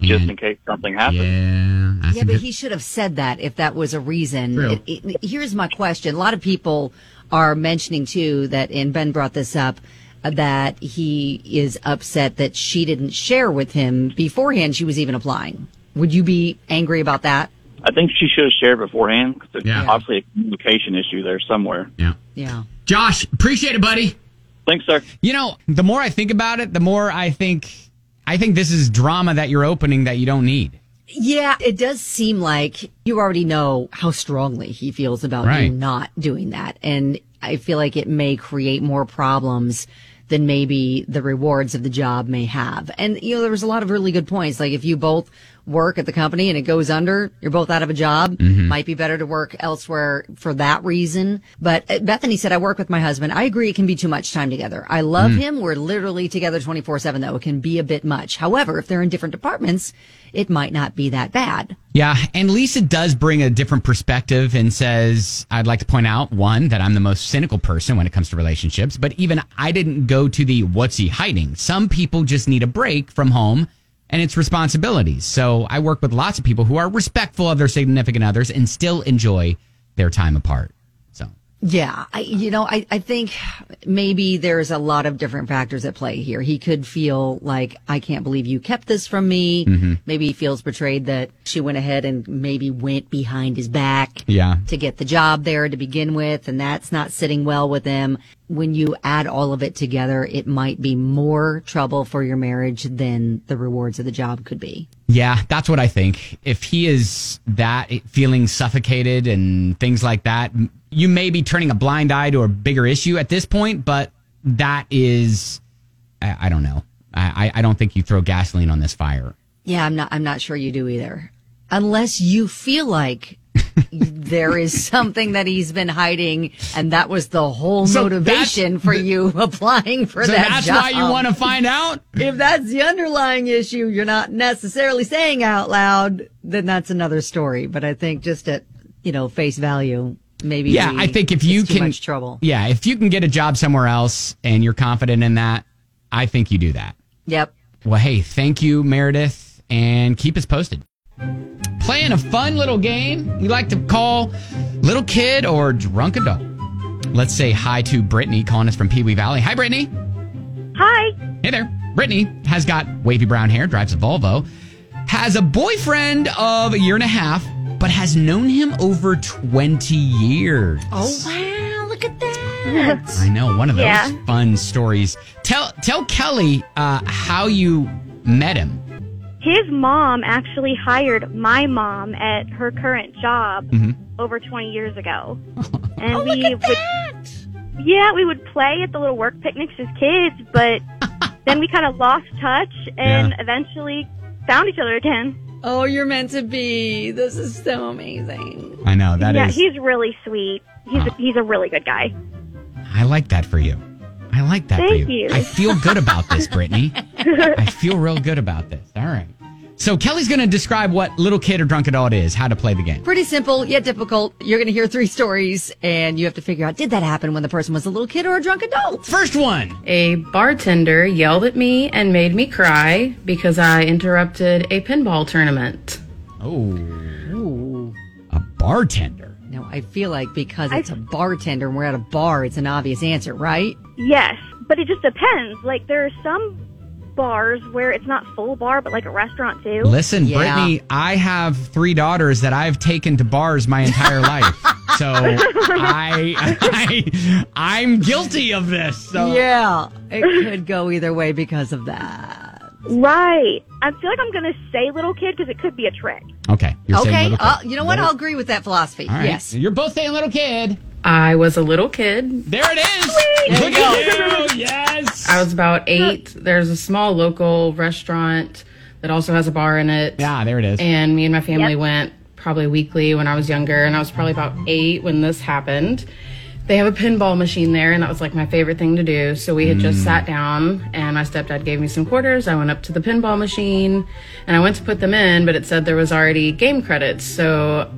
Speaker 16: Just
Speaker 1: And-
Speaker 16: in case something happens.
Speaker 1: Yeah, that's
Speaker 2: yeah,
Speaker 1: a
Speaker 2: but
Speaker 1: good-
Speaker 2: he should have said that if that was a reason.
Speaker 1: True.
Speaker 2: It- it- here's my question: a lot of people are mentioning too that, and Ben brought this up, uh, that he is upset that she didn't share with him beforehand she was even applying. Would you be angry about that?
Speaker 16: I think she should have shared beforehand. 'cause there's obviously a communication issue there somewhere.
Speaker 1: Yeah.
Speaker 2: Yeah.
Speaker 1: Josh, appreciate it, buddy.
Speaker 16: Thanks, sir.
Speaker 1: You know, the more I think about it, the more I think I think this is drama that you're opening that you don't need.
Speaker 2: Yeah, it does seem like you already know how strongly he feels about you
Speaker 1: Right.
Speaker 2: not doing that. And I feel like it may create more problems than maybe the rewards of the job may have. And, you know, there was a lot of really good points. Like if you both work at the company and it goes under, you're both out of a job,
Speaker 17: Mhm.
Speaker 2: might be better to work elsewhere for that reason. But uh, Bethany said, I work with my husband. I agree it can be too much time together. I love
Speaker 17: Mm.
Speaker 2: him. We're literally together 24 7 though. It can be a bit much. However, if they're in different departments, it might not be that bad.
Speaker 1: Yeah, and Lisa does bring a different perspective and says, I'd like to point out one, that I'm the most cynical person when it comes to relationships, but even I didn't go to the what's he hiding. Some people just need a break from home and its responsibilities. So I work with lots of people who are respectful of their significant others and still enjoy their time apart. So
Speaker 2: Yeah, I, you know, I, I think maybe there's a lot of different factors at play here. He could feel like, I can't believe you kept this from me.
Speaker 18: Hmm.
Speaker 6: Mm-hmm.
Speaker 17: Mhm.
Speaker 2: Maybe he feels betrayed that she went ahead and maybe went behind his back
Speaker 17: Yeah.
Speaker 2: to get the job there to begin with. And that's not sitting well with him. When you add all of it together, it might be more trouble for your marriage than the rewards of the job could be.
Speaker 1: Yeah, that's what I think. If he is that feeling suffocated and things like that, m- you may be turning a blind eye to a bigger issue at this point, but that is, I, I don't know. I, I- I don't think you throw gasoline on this fire.
Speaker 2: Yeah, I'm not. I'm not sure you do either, unless you feel like there is something that he's been hiding, and that was the whole
Speaker 1: So
Speaker 2: motivation for you applying for
Speaker 1: So
Speaker 2: that
Speaker 1: that's
Speaker 2: job.
Speaker 1: why you wanna find out
Speaker 2: if that's the underlying issue. You're not necessarily saying out loud. Then that's another story. But I think just at you know face value, maybe
Speaker 1: yeah,
Speaker 2: we-
Speaker 1: I think if you
Speaker 2: it's
Speaker 1: can,
Speaker 2: too much trouble.
Speaker 1: yeah, if you can get a job somewhere else and you're confident in that, I think you do that.
Speaker 2: Yep.
Speaker 1: Well, hey, thank you, Meredith, and keep us posted. Playing a fun little game you like to call little kid or drunk adult. Let's say hi to Brittany calling us from Pee Wee Valley. Hi, Brittany.
Speaker 13: Hi.
Speaker 1: Hey there. Brittany has got wavy brown hair, drives a Volvo, has a boyfriend of a year and a half, but has known him over 20 years.
Speaker 2: Oh wow! Look at that.
Speaker 1: I know one of those
Speaker 2: Yeah.
Speaker 1: fun stories. Tell tell Kelly uh, how you met him.
Speaker 13: His mom actually hired my mom at her current job
Speaker 1: Mhm.
Speaker 13: over 20 years ago. And
Speaker 1: Oh,
Speaker 13: we would Yeah, we would play at the little work picnics as kids, but then we kind of lost touch and
Speaker 1: Yeah.
Speaker 13: eventually found each other again.
Speaker 2: Oh, you're meant to be. This is so amazing.
Speaker 1: I know that is.
Speaker 13: yeah, he's really sweet. He's a, he's a really good guy.
Speaker 1: I like that for you. I like that.
Speaker 13: Thank
Speaker 1: for
Speaker 13: you.
Speaker 1: I feel good about this, Brittany. I feel real good about this. All right. So Kelly's going to describe what little kid or drunk adult is, how to play the game.
Speaker 2: Pretty simple yet difficult. You're going to hear three stories and you have to figure out did that happen when the person was a little kid or a drunk adult?
Speaker 1: First one.
Speaker 15: A bartender yelled at me and made me cry because I interrupted a pinball tournament.
Speaker 1: Oh. A bartender.
Speaker 2: No, I feel like because it's a bartender and we're at a bar, it's an obvious answer, right?
Speaker 17: Yes, but it just depends. Like there are some bars where it's not full bar, but like a restaurant too.
Speaker 1: Listen, Brittany, I have three daughters that I've taken to bars my entire life. So I, I I'm guilty of this. So
Speaker 2: Yeah, it could go either way because of that.
Speaker 17: Right. I feel like I'm going to say little kid because it could be a trick.
Speaker 1: Okay. You're
Speaker 15: saying
Speaker 2: okay,
Speaker 15: little kid.
Speaker 2: uh, you know what?
Speaker 15: Little-
Speaker 2: I'll agree with that philosophy.
Speaker 15: All right.
Speaker 2: Yes.
Speaker 1: You're both saying little kid.
Speaker 15: I was a little kid.
Speaker 1: There it is.
Speaker 15: There
Speaker 1: Look at you. Yes.
Speaker 15: I was about eight. There's a small local restaurant that also has a bar in it.
Speaker 1: Yeah, there it is.
Speaker 15: And me and my family
Speaker 1: Yep.
Speaker 15: went probably weekly when I was younger, and I was probably about eight when this happened. They have a pinball machine there, and that was like my favorite thing to do. So we had just
Speaker 19: Mm.
Speaker 15: sat down, and my stepdad gave me some quarters. I went up to the pinball machine, and I went to put them in, but it said there was already game credits. So,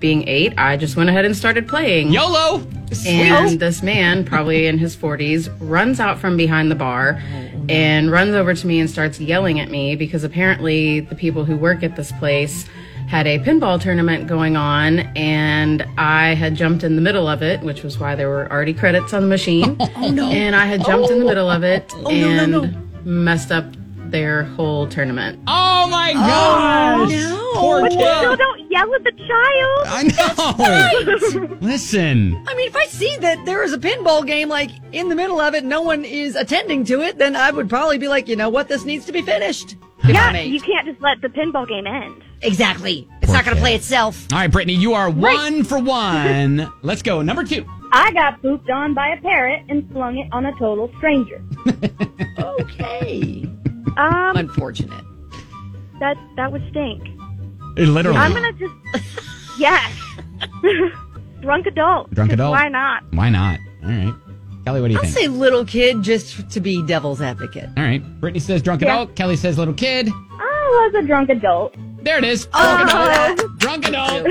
Speaker 15: being eight, I just went ahead and started playing.
Speaker 1: YOLO!
Speaker 15: And this man, probably in his 40s, runs out from behind the bar and runs over to me and starts yelling at me because apparently the people who work at this place had a pinball tournament going on and I had jumped in the middle of it, which was why there were already credits on the machine.
Speaker 19: Oh, no.
Speaker 15: And I had jumped in the middle of it
Speaker 19: Oh, no,
Speaker 15: and
Speaker 19: no,
Speaker 15: messed up their whole tournament.
Speaker 1: Oh my
Speaker 19: gosh! Poor
Speaker 17: but you
Speaker 19: kid.
Speaker 17: still don't yell at the child.
Speaker 1: I know. Listen.
Speaker 2: I mean, if I see that there is a pinball game like in the middle of it, no one is attending to it, then I would probably be like, you know what, this needs to be finished.
Speaker 17: Yeah, you can't just let the pinball game end.
Speaker 2: Exactly. It's not going to play itself.
Speaker 1: All right, Brittany, you are one for one. Let's go. Number two.
Speaker 17: I got pooped on by a parrot and flung it on a total stranger. okay. Um,
Speaker 2: Unfortunate.
Speaker 17: that that would stink.
Speaker 1: It literally.
Speaker 17: I'm gonna just yes, drunk adult.
Speaker 1: Drunk
Speaker 17: 'cause
Speaker 1: adult.
Speaker 17: oh, Why not?
Speaker 1: Why not? All right. Kelly, what do you
Speaker 2: I'll
Speaker 1: think?
Speaker 2: say little kid just to be devil's advocate.
Speaker 1: All right. Brittany says drunk
Speaker 2: Yeah.
Speaker 1: adult. Kelly says little kid.
Speaker 17: I was a drunk adult.
Speaker 1: There it is.
Speaker 17: Oh.
Speaker 1: Drunk adult.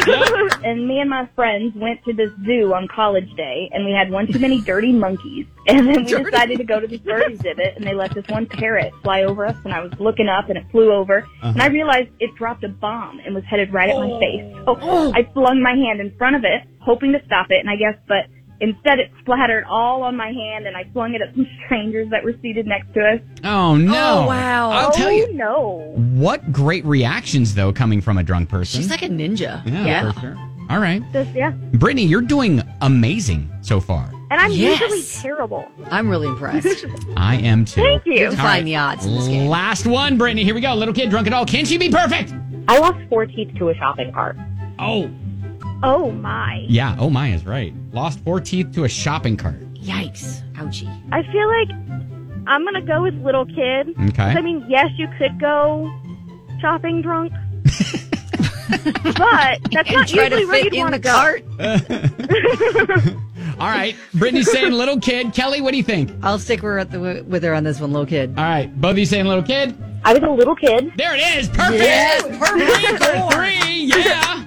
Speaker 17: and me and my friends went to this zoo on college day, and we had one too many dirty monkeys. And then we
Speaker 19: Dirty
Speaker 17: decided to go to the bird exhibit, and they let this one parrot fly over us, and I was looking up, and it flew over, and I
Speaker 1: Uh-huh.
Speaker 17: realized it dropped a bomb and was headed right at my face. So
Speaker 1: Oh.
Speaker 17: I flung my hand in front of it, hoping to stop it, and I guess, but instead it splattered all on my hand, and I flung it at some strangers that were seated next to us. Oh,
Speaker 1: Oh no! I'll tell you
Speaker 17: no.
Speaker 1: what great reactions though coming from a drunk person.
Speaker 2: She's like a ninja.
Speaker 1: yeah,
Speaker 17: Yeah.
Speaker 1: for sure. All right,
Speaker 17: Just, yeah.
Speaker 1: Brittany, you're doing amazing so far.
Speaker 17: And I'm
Speaker 2: Yes.
Speaker 17: usually terrible.
Speaker 2: I'm really impressed.
Speaker 1: I am too.
Speaker 17: Thank you. You're
Speaker 1: All
Speaker 17: defying the odds in this game.
Speaker 1: Last one, Brittany. Here we go. Little kid, drunk at all. Can she be perfect?
Speaker 17: I lost four teeth to a shopping cart.
Speaker 1: Oh,
Speaker 17: Oh my.
Speaker 1: yeah. Oh, my is right. Lost four teeth to a shopping cart.
Speaker 2: Yikes. Ouchie.
Speaker 17: I feel like I'm gonna go with little kid.
Speaker 1: Okay.
Speaker 17: 'Cause, I mean, yes, you could go shopping drunk. but that's
Speaker 2: And
Speaker 17: not
Speaker 2: try to
Speaker 17: usually where
Speaker 2: fit
Speaker 17: you'd
Speaker 2: in
Speaker 17: want
Speaker 2: the
Speaker 17: go.
Speaker 2: cart.
Speaker 1: All right, Brittany's saying little kid. Kelly, what do you think?
Speaker 2: I'll stick with her, at the, with her on this one, little kid.
Speaker 1: All right, both of you saying little kid.
Speaker 19: I was a little kid.
Speaker 1: There it is. Perfect.
Speaker 19: Yes,
Speaker 1: perfect. three. Yeah.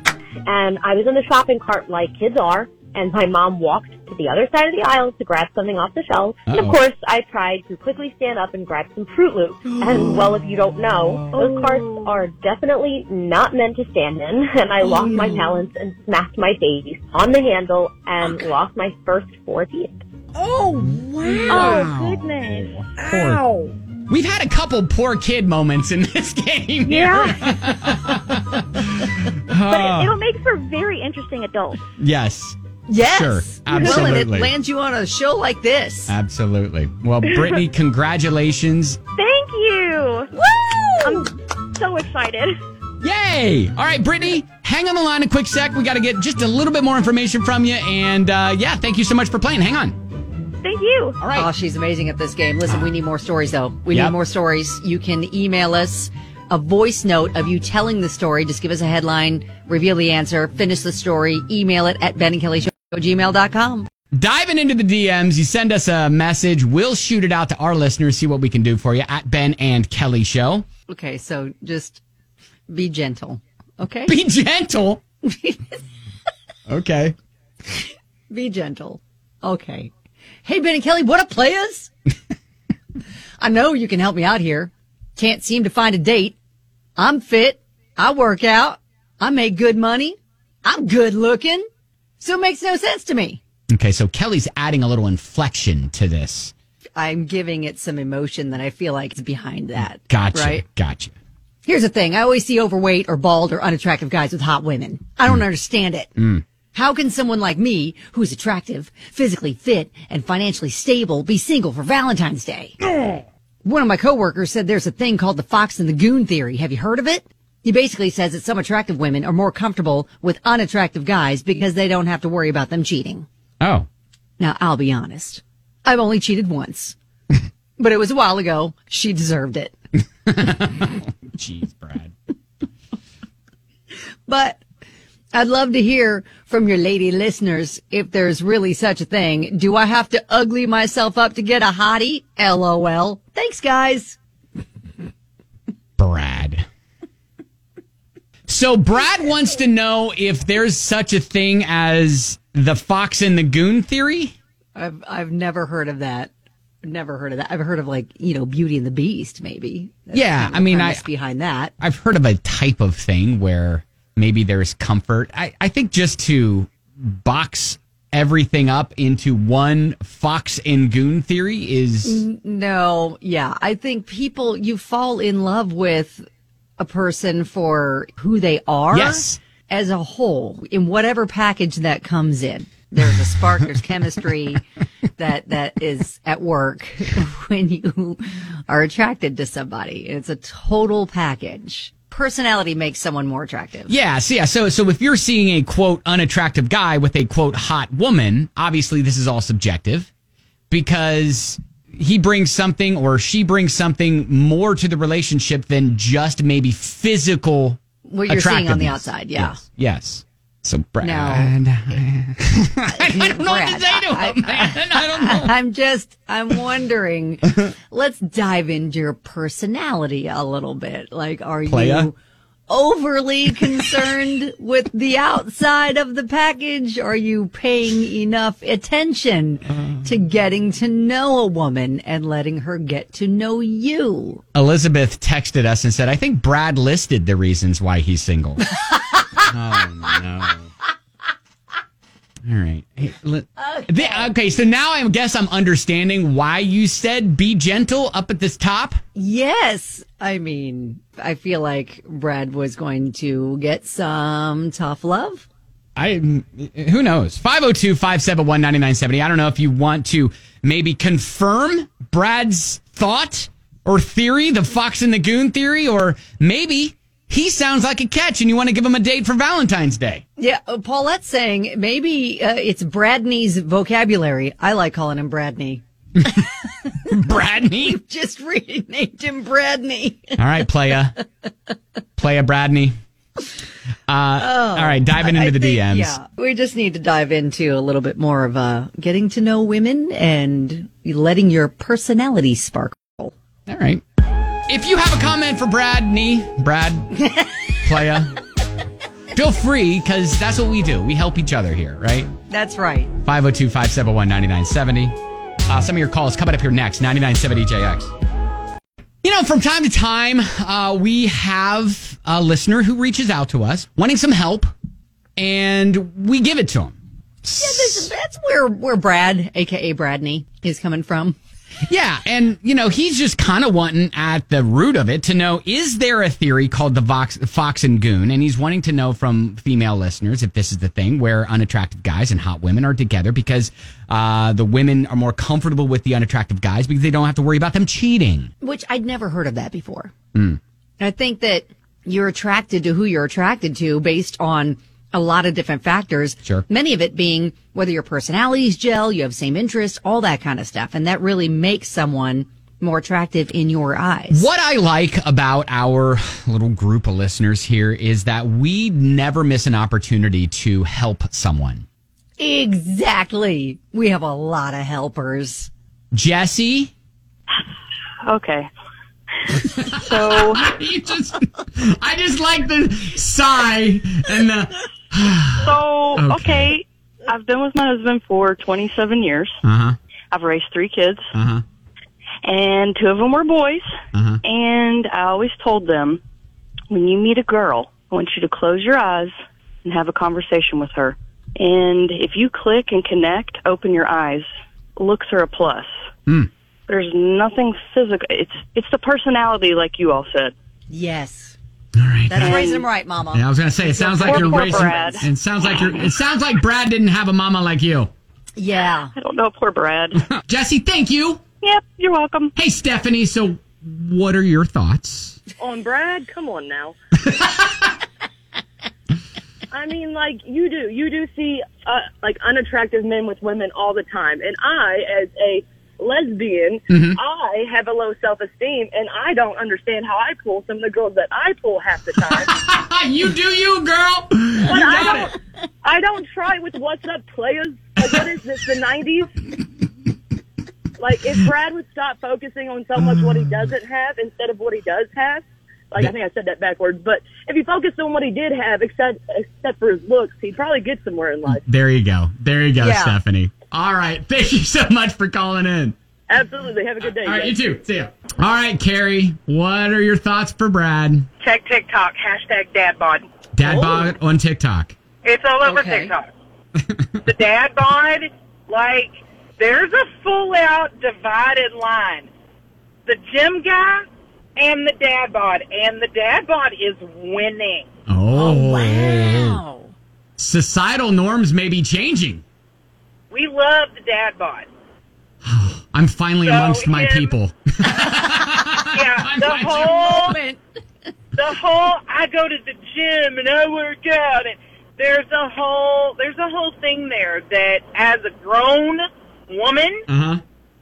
Speaker 19: and I was in the shopping cart like kids are, and my mom walked to the other side of the aisle to grab something off the shelf. And of
Speaker 17: Uh-oh.
Speaker 19: course, I tried to quickly stand up and grab some Fruit Loops. and well, if you don't know, those carts are definitely not meant to stand in. And I lost my balance and smacked my face on the handle and lost my first four teeth.
Speaker 2: Oh
Speaker 1: wow.
Speaker 17: Oh goodness.
Speaker 1: Poor. We've had a couple poor kid moments in this game. Yeah.
Speaker 17: But
Speaker 1: Oh.
Speaker 17: it, it'll make for very interesting adults.
Speaker 1: yes.
Speaker 2: Yes.
Speaker 1: Sure.
Speaker 2: Well, and it
Speaker 1: Absolutely.
Speaker 2: lands you on a show like this.
Speaker 1: Absolutely. Well, Brittany, congratulations.
Speaker 17: Thank you. Woo! I'm so excited.
Speaker 1: Yay! All right, Brittany, hang on the line a quick sec. We got to get just a little bit more information from you. And uh, yeah, thank you so much for playing. Hang on.
Speaker 17: Thank you.
Speaker 1: All right.
Speaker 2: Oh, she's amazing at this game. Listen, we need more stories, though. We
Speaker 1: Yep.
Speaker 2: need more stories. You can email us a voice note of you telling the story. Just give us a headline, reveal the answer, finish the story, email it at Ben and Kelly Show, gmail.com.
Speaker 1: diving into the DMs. You send us a message. We'll shoot it out to our listeners, see what we can do for you at Ben and Kelly Show.
Speaker 2: Okay, so just be gentle. Okay?
Speaker 1: Be gentle. Okay.
Speaker 2: Be gentle. Okay. Hey, Ben and Kelly, what up, players? I know you can help me out here. Can't seem to find a date. I'm fit. I work out. I make good money. I'm good looking. So it makes no sense to me.
Speaker 1: Okay, so Kelly's adding a little inflection to this.
Speaker 2: I'm giving it some emotion that I feel like is behind that.
Speaker 1: Gotcha.
Speaker 2: Right?
Speaker 1: Gotcha.
Speaker 2: Here's the thing. I always see overweight or bald or unattractive guys with hot women. I don't understand it.
Speaker 1: Mm.
Speaker 2: How can someone like me, who is attractive, physically fit, and financially stable, be single for Valentine's Day? One of my coworkers said there's a thing called the fox and the goon theory. Have you heard of it? He basically says that some attractive women are more comfortable with unattractive guys because they don't have to worry about them cheating.
Speaker 1: Oh.
Speaker 2: Now, I'll be honest. I've only cheated once, but it was a while ago. She deserved it.
Speaker 1: Jeez, Brad.
Speaker 2: But I'd love to hear from your lady listeners if there's really such a thing. Do I have to ugly myself up to get a hottie? LOL. Thanks, guys.
Speaker 1: Brad. So Brad wants to know if there's such a thing as the fox and the goon theory.
Speaker 2: I've I've never heard of that. Never heard of that. I've heard of like you know Beauty and the Beast, maybe.
Speaker 1: Yeah,
Speaker 2: kind of
Speaker 1: I
Speaker 2: the
Speaker 1: mean, I-
Speaker 2: premise behind that.
Speaker 1: I've heard of a type of thing where maybe there's comfort. I, I think just to box everything up into one fox and goon theory is
Speaker 2: N- No, yeah. I think people, you fall in love with a person for who they are
Speaker 1: Yes.
Speaker 2: as a whole in whatever package that comes in. There's a spark, there's chemistry that, that is at work when you are attracted to somebody. It's a total package. Personality makes someone more attractive.
Speaker 1: Yeah, so yeah, so so if you're seeing a quote unattractive guy with a quote hot woman, obviously this is all subjective because he brings something or she brings something more to the relationship than just maybe physical
Speaker 2: What you're seeing on the
Speaker 1: attractiveness.
Speaker 2: outside, yeah.
Speaker 1: Yes. yes. So Brad,
Speaker 2: I don't know what to say to him, man. I don't know. I'm just, I'm wondering. let's dive into your personality a little bit. Like, are
Speaker 1: Playa?
Speaker 2: you overly concerned with the outside of the package? Are you paying enough attention to getting to know a woman and letting her get to know you?
Speaker 1: Elizabeth texted us and said, "I think Brad listed the reasons why he's single." oh no! All right. Hey, li- Th- okay, so now I guess I'm understanding why you said be gentle up at this top.
Speaker 2: Yes. I mean, I feel like Brad was going to get some tough love.
Speaker 1: I who knows 502-571-9970. oh. I don't know if you want to maybe confirm Brad's thought or theory, the fox and the goon theory, or maybe he sounds like a catch and you want to give him a date for Valentine's Day.
Speaker 2: Yeah, uh, Paulette's saying maybe uh, it's Bradney's vocabulary. I like calling him Bradney.
Speaker 1: Bradney?
Speaker 2: We've just renamed him Bradney.
Speaker 1: All right, playa. playa Bradney. Uh, all right, diving into
Speaker 2: Oh, I
Speaker 1: the
Speaker 2: think,
Speaker 1: DMs.
Speaker 2: Yeah, we just need to dive into a little bit more of uh, getting to know women and letting your personality sparkle. All
Speaker 1: right. If you have a comment for Bradney, Brad, playa, feel free because that's what we do. We help each other here, right?
Speaker 2: That's right.
Speaker 1: 502 571 9970. oh. Uh, Some of your calls coming up here next 9970 JX. You know, from time to time, uh, we have a listener who reaches out to us wanting some help, and we give it to him.
Speaker 2: Yeah, this, that's where where Brad, aka Bradney, is coming from.
Speaker 1: Yeah, and you know he's just kind of wanting at the root of it to know is there a theory called the Vox, Fox and Goon, and he's wanting to know from female listeners if this is the thing where unattractive guys and hot women are together because uh, the women are more comfortable with the unattractive guys because they don't have to worry about them cheating.
Speaker 2: Which I'd never heard of that before.
Speaker 1: Mm.
Speaker 2: I think that you're attracted to who you're attracted to based on a lot of different factors.
Speaker 1: Sure.
Speaker 2: Many of it being whether your personalities gel, you have same interests, all that kind of stuff. And that really makes someone more attractive in your eyes.
Speaker 1: What I like about our little group of listeners here is that we never miss an opportunity to help someone.
Speaker 2: Exactly. We have a lot of helpers.
Speaker 1: Jesse?
Speaker 20: Okay. so
Speaker 1: you just I just like the sigh and the
Speaker 20: so
Speaker 1: Okay.
Speaker 20: okay. I've been with my husband for 27 years.
Speaker 1: Uh huh.
Speaker 20: I've raised three kids,
Speaker 1: Uh huh.
Speaker 20: and two of them were boys.
Speaker 1: Uh-huh.
Speaker 20: And I always told them, when you meet a girl, I want you to close your eyes and have a conversation with her. And if you click and connect, open your eyes. Looks are a plus.
Speaker 1: Hmm.
Speaker 20: There's nothing physical. It's it's the personality, like you all said.
Speaker 2: Yes.
Speaker 1: All right.
Speaker 2: That's
Speaker 20: And-
Speaker 2: raising them right, Mama.
Speaker 1: Yeah, I was gonna say it sounds like
Speaker 20: Poor,
Speaker 1: you're
Speaker 20: poor
Speaker 1: raising.
Speaker 20: Brad.
Speaker 1: It sounds like you're. It sounds like Brad didn't have a mama like you.
Speaker 2: Yeah.
Speaker 20: I don't know, poor Brad.
Speaker 1: Jesse, thank you.
Speaker 20: Yep, you're welcome.
Speaker 1: Hey, Stephanie. So, what are your thoughts?
Speaker 21: on Brad. Come on now. I mean, like you do, you do see uh, like unattractive men with women all the time, and I, as a lesbian,
Speaker 1: Mm-hmm.
Speaker 22: Mhm.
Speaker 21: I have a low self esteem, and I don't understand how I pull some of the girls that I pull half the time.
Speaker 1: you do, you girl. But
Speaker 21: I don't, I don't try with what's up players. Like, what is this? The nineties. Like if Brad would stop focusing on so much what he doesn't have instead of what he does have, like I think I said that backwards, but if he focused on what he did have, except except for his looks, he'd probably get somewhere in life.
Speaker 1: There you go. There you go,
Speaker 21: Yeah.
Speaker 1: Stephanie. All right. Thank you so much for calling in.
Speaker 21: Absolutely. Have a good day.
Speaker 1: All right. You too. See ya. All right, Carrie. What are your thoughts for Brad?
Speaker 18: Check TikTok, hashtag dad bod.
Speaker 21: Oh.
Speaker 1: Dad bod on TikTok.
Speaker 18: It's all over TikTok. the dad bod, like, there's a full out divided line. The gym guy and the dad bod, and the dad bod is winning.
Speaker 1: Oh, wow. Societal norms may be changing.
Speaker 18: We love the dad bod.
Speaker 1: I'm finally
Speaker 18: So
Speaker 1: amongst my
Speaker 18: him-
Speaker 1: people.
Speaker 18: Yeah, the whole, the whole, I go to the gym and I work out and there's a whole, there's a whole thing there that as a grown woman,
Speaker 1: Uh huh.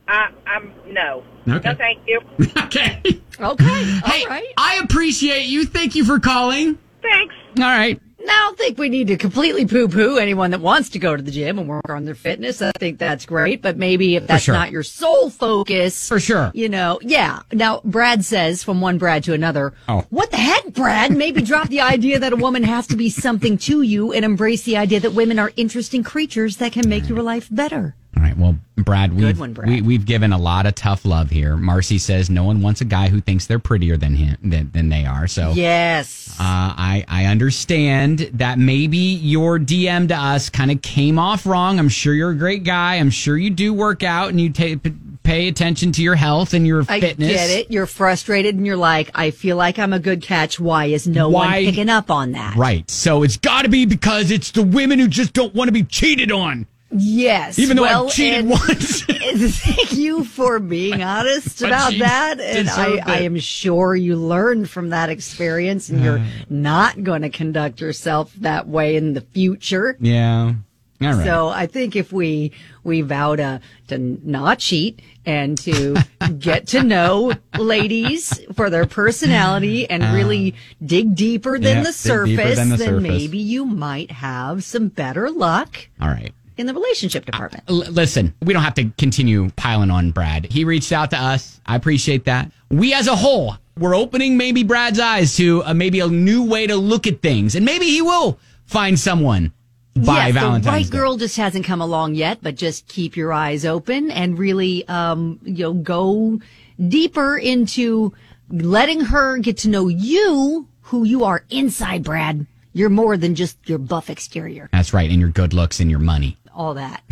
Speaker 18: I, I'm no.
Speaker 1: Okay.
Speaker 18: No, thank you.
Speaker 1: okay.
Speaker 2: Okay.
Speaker 1: hey, I appreciate you. Thank you for calling.
Speaker 18: Thanks.
Speaker 1: All right.
Speaker 2: Now, I don't think we need to completely poo poo anyone that wants to go to the gym and work on their fitness. I think that's great, but maybe if that's
Speaker 1: sure.
Speaker 2: not your sole focus. For
Speaker 1: sure.
Speaker 2: You know, yeah. Now, Brad says from one Brad to another,
Speaker 1: Oh.
Speaker 2: what the heck, Brad? Maybe drop the idea that a woman has to be something to you and embrace the idea that women are interesting creatures that can make your life better.
Speaker 1: All right. Well, Brad, we've,
Speaker 2: one, Brad.
Speaker 1: We, we've given a lot of tough love here. Marcy says no one wants a guy who thinks they're prettier than him than, than they are. So
Speaker 2: Yes.
Speaker 1: Uh, I I understand that maybe your DM to us kind of came off wrong. I'm sure you're a great guy. I'm sure you do work out and you ta- p- pay attention to your health and your
Speaker 2: I
Speaker 1: fitness.
Speaker 2: get it. You're frustrated and you're like, I feel like I'm a good catch. Why is no
Speaker 1: Why-
Speaker 2: one picking up on that?
Speaker 1: Right. So it's got to be because it's the women who just don't want to be cheated on.
Speaker 2: Yes.
Speaker 1: Even though I've
Speaker 2: well,
Speaker 1: cheated
Speaker 2: and
Speaker 1: once.
Speaker 2: thank you for being honest
Speaker 1: but
Speaker 2: about
Speaker 1: she
Speaker 2: that. And I,
Speaker 1: deserved
Speaker 2: I
Speaker 1: it.
Speaker 2: am sure you learned from that experience and
Speaker 1: Mm.
Speaker 2: you're not going to conduct yourself that way in the future.
Speaker 1: Yeah. All right.
Speaker 2: So I think if we we vow to to not cheat and to get to know ladies for their personality and
Speaker 1: Uh,
Speaker 2: really dig deeper
Speaker 1: yeah,
Speaker 2: than the
Speaker 1: dig
Speaker 2: surface,
Speaker 1: deeper than the
Speaker 2: then
Speaker 1: surface.
Speaker 2: maybe you might have some better luck
Speaker 1: All right.
Speaker 2: in the relationship department.
Speaker 1: L- listen, we don't have to continue piling on Brad. He reached out to us. I appreciate that. We as a whole, we're opening maybe Brad's eyes to uh, maybe a new way to look at things. And maybe he will find someone by
Speaker 2: yes,
Speaker 1: Valentine's
Speaker 2: the right
Speaker 1: Day.
Speaker 2: girl just hasn't come along yet, but just keep your eyes open and really, um, you know, go deeper into letting her get to know you, who you are inside, Brad. You're more than just your buff exterior,
Speaker 1: That's right. And your good looks and your money.
Speaker 2: all that.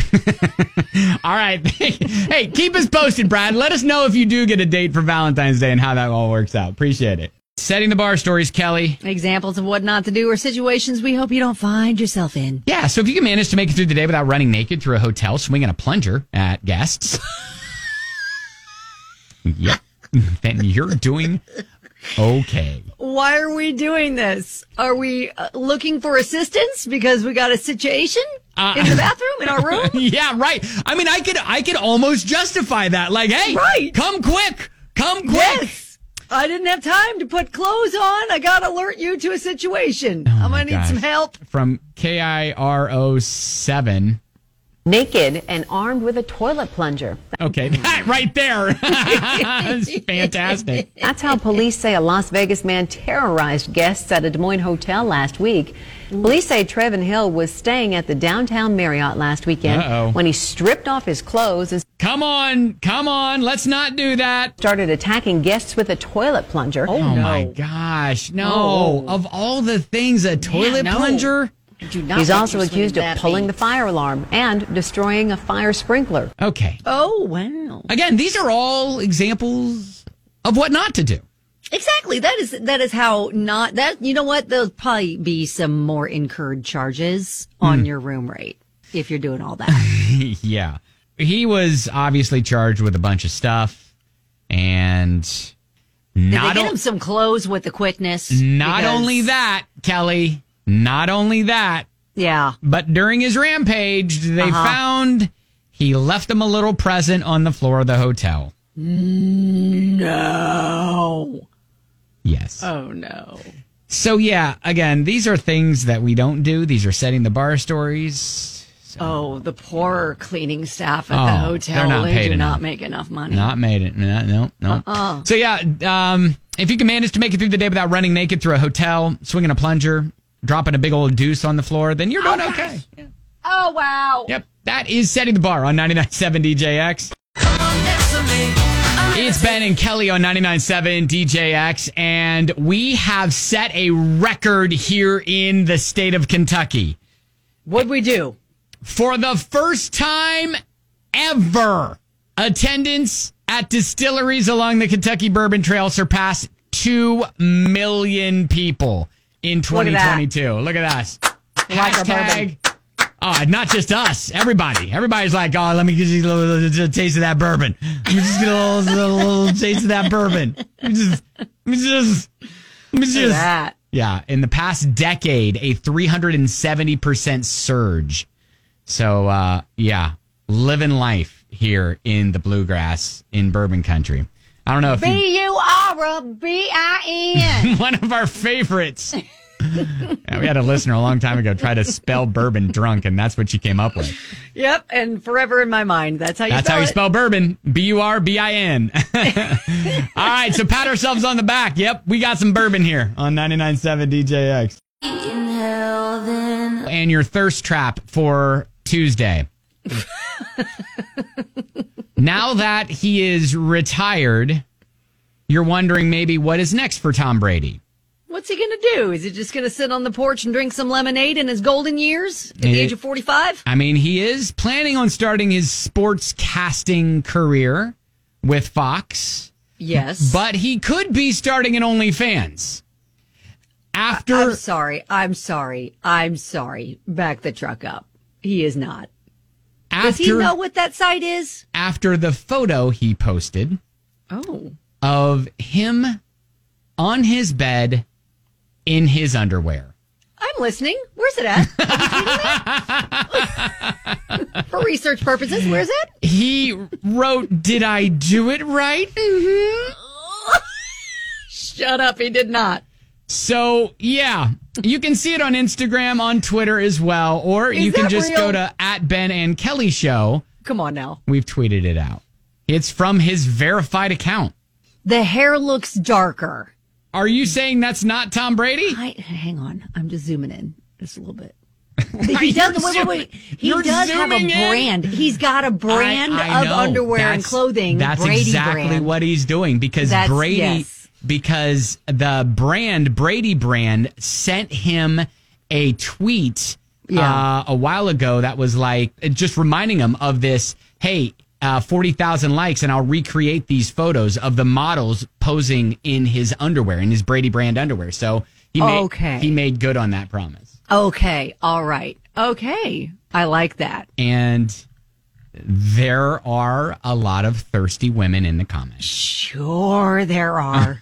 Speaker 1: All right. hey, keep us posted, Brad. Let us know if you do get a date for Valentine's Day and how that all works out. Appreciate it. Setting the bar stories, Kelly.
Speaker 2: Examples of what not to do or situations we hope you don't find yourself in.
Speaker 1: Yeah, so if you can manage to make it through the day without running naked through a hotel, swinging a plunger at guests, yep, then you're doing okay.
Speaker 2: Why are we doing this? Are we uh, looking for assistance because we got a situation
Speaker 1: Uh,
Speaker 2: in the bathroom in our room?
Speaker 1: yeah, right. I mean, I could, I could almost justify that. Like, hey,
Speaker 2: Right.
Speaker 1: come quick, come quick.
Speaker 2: Yes. I didn't have time to put clothes on. I got to alert you to a situation. I'm
Speaker 1: Oh my
Speaker 2: going to need
Speaker 1: gosh.
Speaker 2: some help.
Speaker 1: From K I R O seven,
Speaker 3: naked and armed with a toilet plunger.
Speaker 1: Okay, that right there. It's fantastic.
Speaker 3: That's how police say a Las Vegas man terrorized guests at a Des Moines hotel last week. Police say Trevin Hill was staying at the downtown Marriott last weekend
Speaker 1: Uh-oh.
Speaker 3: when he stripped off his clothes and
Speaker 1: Come on, come on, let's not do that.
Speaker 3: Started attacking guests with a toilet plunger. Oh.
Speaker 1: Oh, my gosh. No. Of all the things, a toilet
Speaker 3: no.
Speaker 1: plunger?
Speaker 3: God. He's also accused of pulling the fire alarm and destroying a fire sprinkler.
Speaker 1: Okay.
Speaker 2: Oh, wow.
Speaker 1: Again, these are all examples of what not to do.
Speaker 2: Exactly. That is that is how not that you know what? There'll probably be some more incurred charges on
Speaker 1: Hmm.
Speaker 2: your room rate if you're doing all that.
Speaker 1: yeah. He was obviously charged with a bunch of stuff and
Speaker 2: Did
Speaker 1: not
Speaker 2: they
Speaker 1: o-
Speaker 2: get him some clothes with the quickness?
Speaker 1: Not
Speaker 2: Because-
Speaker 1: only that, Kelly, not only that.
Speaker 2: Yeah.
Speaker 1: But during his rampage, they
Speaker 2: Uh-huh.
Speaker 1: found he left him a little present on the floor of the hotel.
Speaker 2: No.
Speaker 1: Yes.
Speaker 2: Oh no.
Speaker 1: So yeah, again, these are things that we don't do. These are setting the bar stories.
Speaker 2: Oh, the poor cleaning staff at
Speaker 1: Oh,
Speaker 2: the
Speaker 1: they're
Speaker 2: hotel.
Speaker 1: not
Speaker 2: they
Speaker 1: paid
Speaker 2: do
Speaker 1: enough.
Speaker 2: not make enough money.
Speaker 1: Not made it. No, no, no.
Speaker 2: Uh-uh.
Speaker 1: So yeah, um, if you can manage to make it through the day without running naked through a hotel, swinging a plunger, dropping a big old deuce on the floor, then you're doing okay.
Speaker 2: Oh wow.
Speaker 1: Yep. That is setting the bar on 99.7 DJX. It's Ben and Kelly on 99.7 DJX, and we have set a record here in the state of Kentucky.
Speaker 2: What'd we do?
Speaker 1: For the first time ever, attendance at distilleries along the Kentucky Bourbon Trail surpassed 2 million people in
Speaker 2: Look at that.
Speaker 1: 2022. Look at us.
Speaker 2: Like our
Speaker 1: Hashtag. Oh, not just us. Everybody. Everybody's like, oh, let me get you a little, little- little taste of that bourbon. Let me just get a little, little, little taste of that bourbon. Let me just, let me just, let me
Speaker 2: Look at
Speaker 1: just.
Speaker 2: that.
Speaker 1: Yeah. In the past decade, a 370% surge. So, uh, yeah, living life here in the bluegrass in bourbon country. I don't know if you,
Speaker 2: B U R B I N.
Speaker 1: one of our favorites. Yeah, we had a listener a long time ago try to spell bourbon drunk, and that's what she came up with.
Speaker 2: Yep, and forever in my mind. That's how you
Speaker 1: That's
Speaker 2: spell
Speaker 1: how you
Speaker 2: it.
Speaker 1: spell bourbon. B U R B I N. All right, so pat ourselves on the back. Yep, we got some bourbon here on 99.7 DJX. And your thirst trap for Tuesday. now that he is retired, you're wondering maybe what is next for Tom Brady.
Speaker 2: What's he going to do? Is he just going to sit on the porch and drink some lemonade in his golden years at the
Speaker 1: It-
Speaker 2: age of 45?
Speaker 1: I mean, he is planning on starting his sports casting career with Fox.
Speaker 2: Yes.
Speaker 1: But he could be starting an OnlyFans. After
Speaker 2: I'm sorry. I'm sorry. I'm sorry. Back the truck up. He is not. Does he
Speaker 1: After-
Speaker 2: know what that site is?
Speaker 1: after the photo he posted
Speaker 2: Oh.
Speaker 1: of him on his bed in his underwear.
Speaker 2: I'm listening. Where's it at? Are you kidding me? For research purposes, where's it?
Speaker 1: He wrote, "Did I do it right?" Mm-hmm.
Speaker 2: Shut up. He did not.
Speaker 1: So yeah, you can see it on Instagram, on Twitter as well, or
Speaker 2: Is
Speaker 1: you can
Speaker 2: that
Speaker 1: just go
Speaker 2: real?
Speaker 1: to at Ben and Kelly Show.
Speaker 2: Come on now.
Speaker 1: We've tweeted it out. It's from his verified account.
Speaker 2: The hair looks darker.
Speaker 1: Are you saying that's not Tom Brady?
Speaker 2: I, hang on. I'm just zooming in just a little bit.
Speaker 1: You're
Speaker 2: He does. Wait, wait, wait.
Speaker 1: zooming-
Speaker 2: He
Speaker 1: you're
Speaker 2: does have a
Speaker 1: zooming in?
Speaker 2: brand. He's got a brand
Speaker 1: I- I
Speaker 2: of
Speaker 1: know.
Speaker 2: underwear and
Speaker 1: That's-
Speaker 2: clothing.
Speaker 1: That's
Speaker 2: Brady
Speaker 1: exactly
Speaker 2: brand.
Speaker 1: what he's doing because
Speaker 2: That's-
Speaker 1: Brady,
Speaker 2: yes.
Speaker 1: because the brand Brady brand sent him a tweet uh,
Speaker 2: Yeah.
Speaker 1: a while ago that was like it just reminding him of this. Hey. Uh, 40,000 likes, and I'll recreate these photos of the models posing in his underwear, in his Brady brand underwear. So he made,
Speaker 2: Okay.
Speaker 1: he made good on that promise.
Speaker 2: Okay. All right. Okay. I like that.
Speaker 1: and there are a lot of thirsty women in the comments.
Speaker 2: Sure, there are.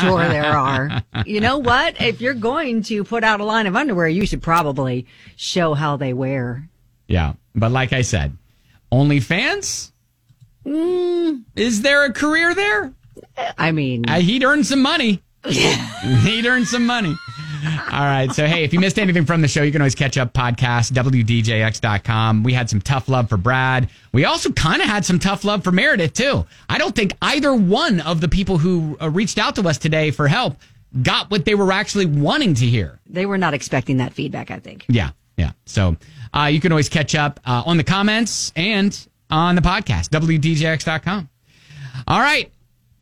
Speaker 2: sure, there are. You know what? If you're going to put out a line of underwear, you should probably show how they wear.
Speaker 1: Yeah, but like I said, OnlyFans. Mm, is there a career there? Uh,
Speaker 2: I mean,
Speaker 1: he'd earn some money. he'd earn some money. All right. So, hey, if you missed anything from the show, you can always catch up podcast, WDJX.com. We had some tough love for Brad. We also kind of had some tough love for Meredith, too. I don't think either one of the people who uh, reached out to us today for help got what they were actually wanting to hear.
Speaker 2: They were not expecting that feedback, I think.
Speaker 1: Yeah. Yeah. So, uh, you can always catch up uh, on the comments and on the podcast, WDJX.com. All right.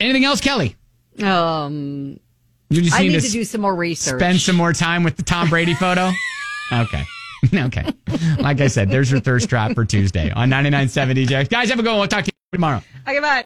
Speaker 1: Anything else, Kelly?
Speaker 2: Um,
Speaker 1: You just
Speaker 2: I
Speaker 1: need
Speaker 2: need
Speaker 1: to
Speaker 2: to do some more research.
Speaker 1: Spend some more time with the Tom Brady photo. okay. Okay. Like I said, there's your thirst trap for Tuesday on 99.7 DJX. Guys, have a good one. We'll talk to you tomorrow.
Speaker 2: Okay, bye.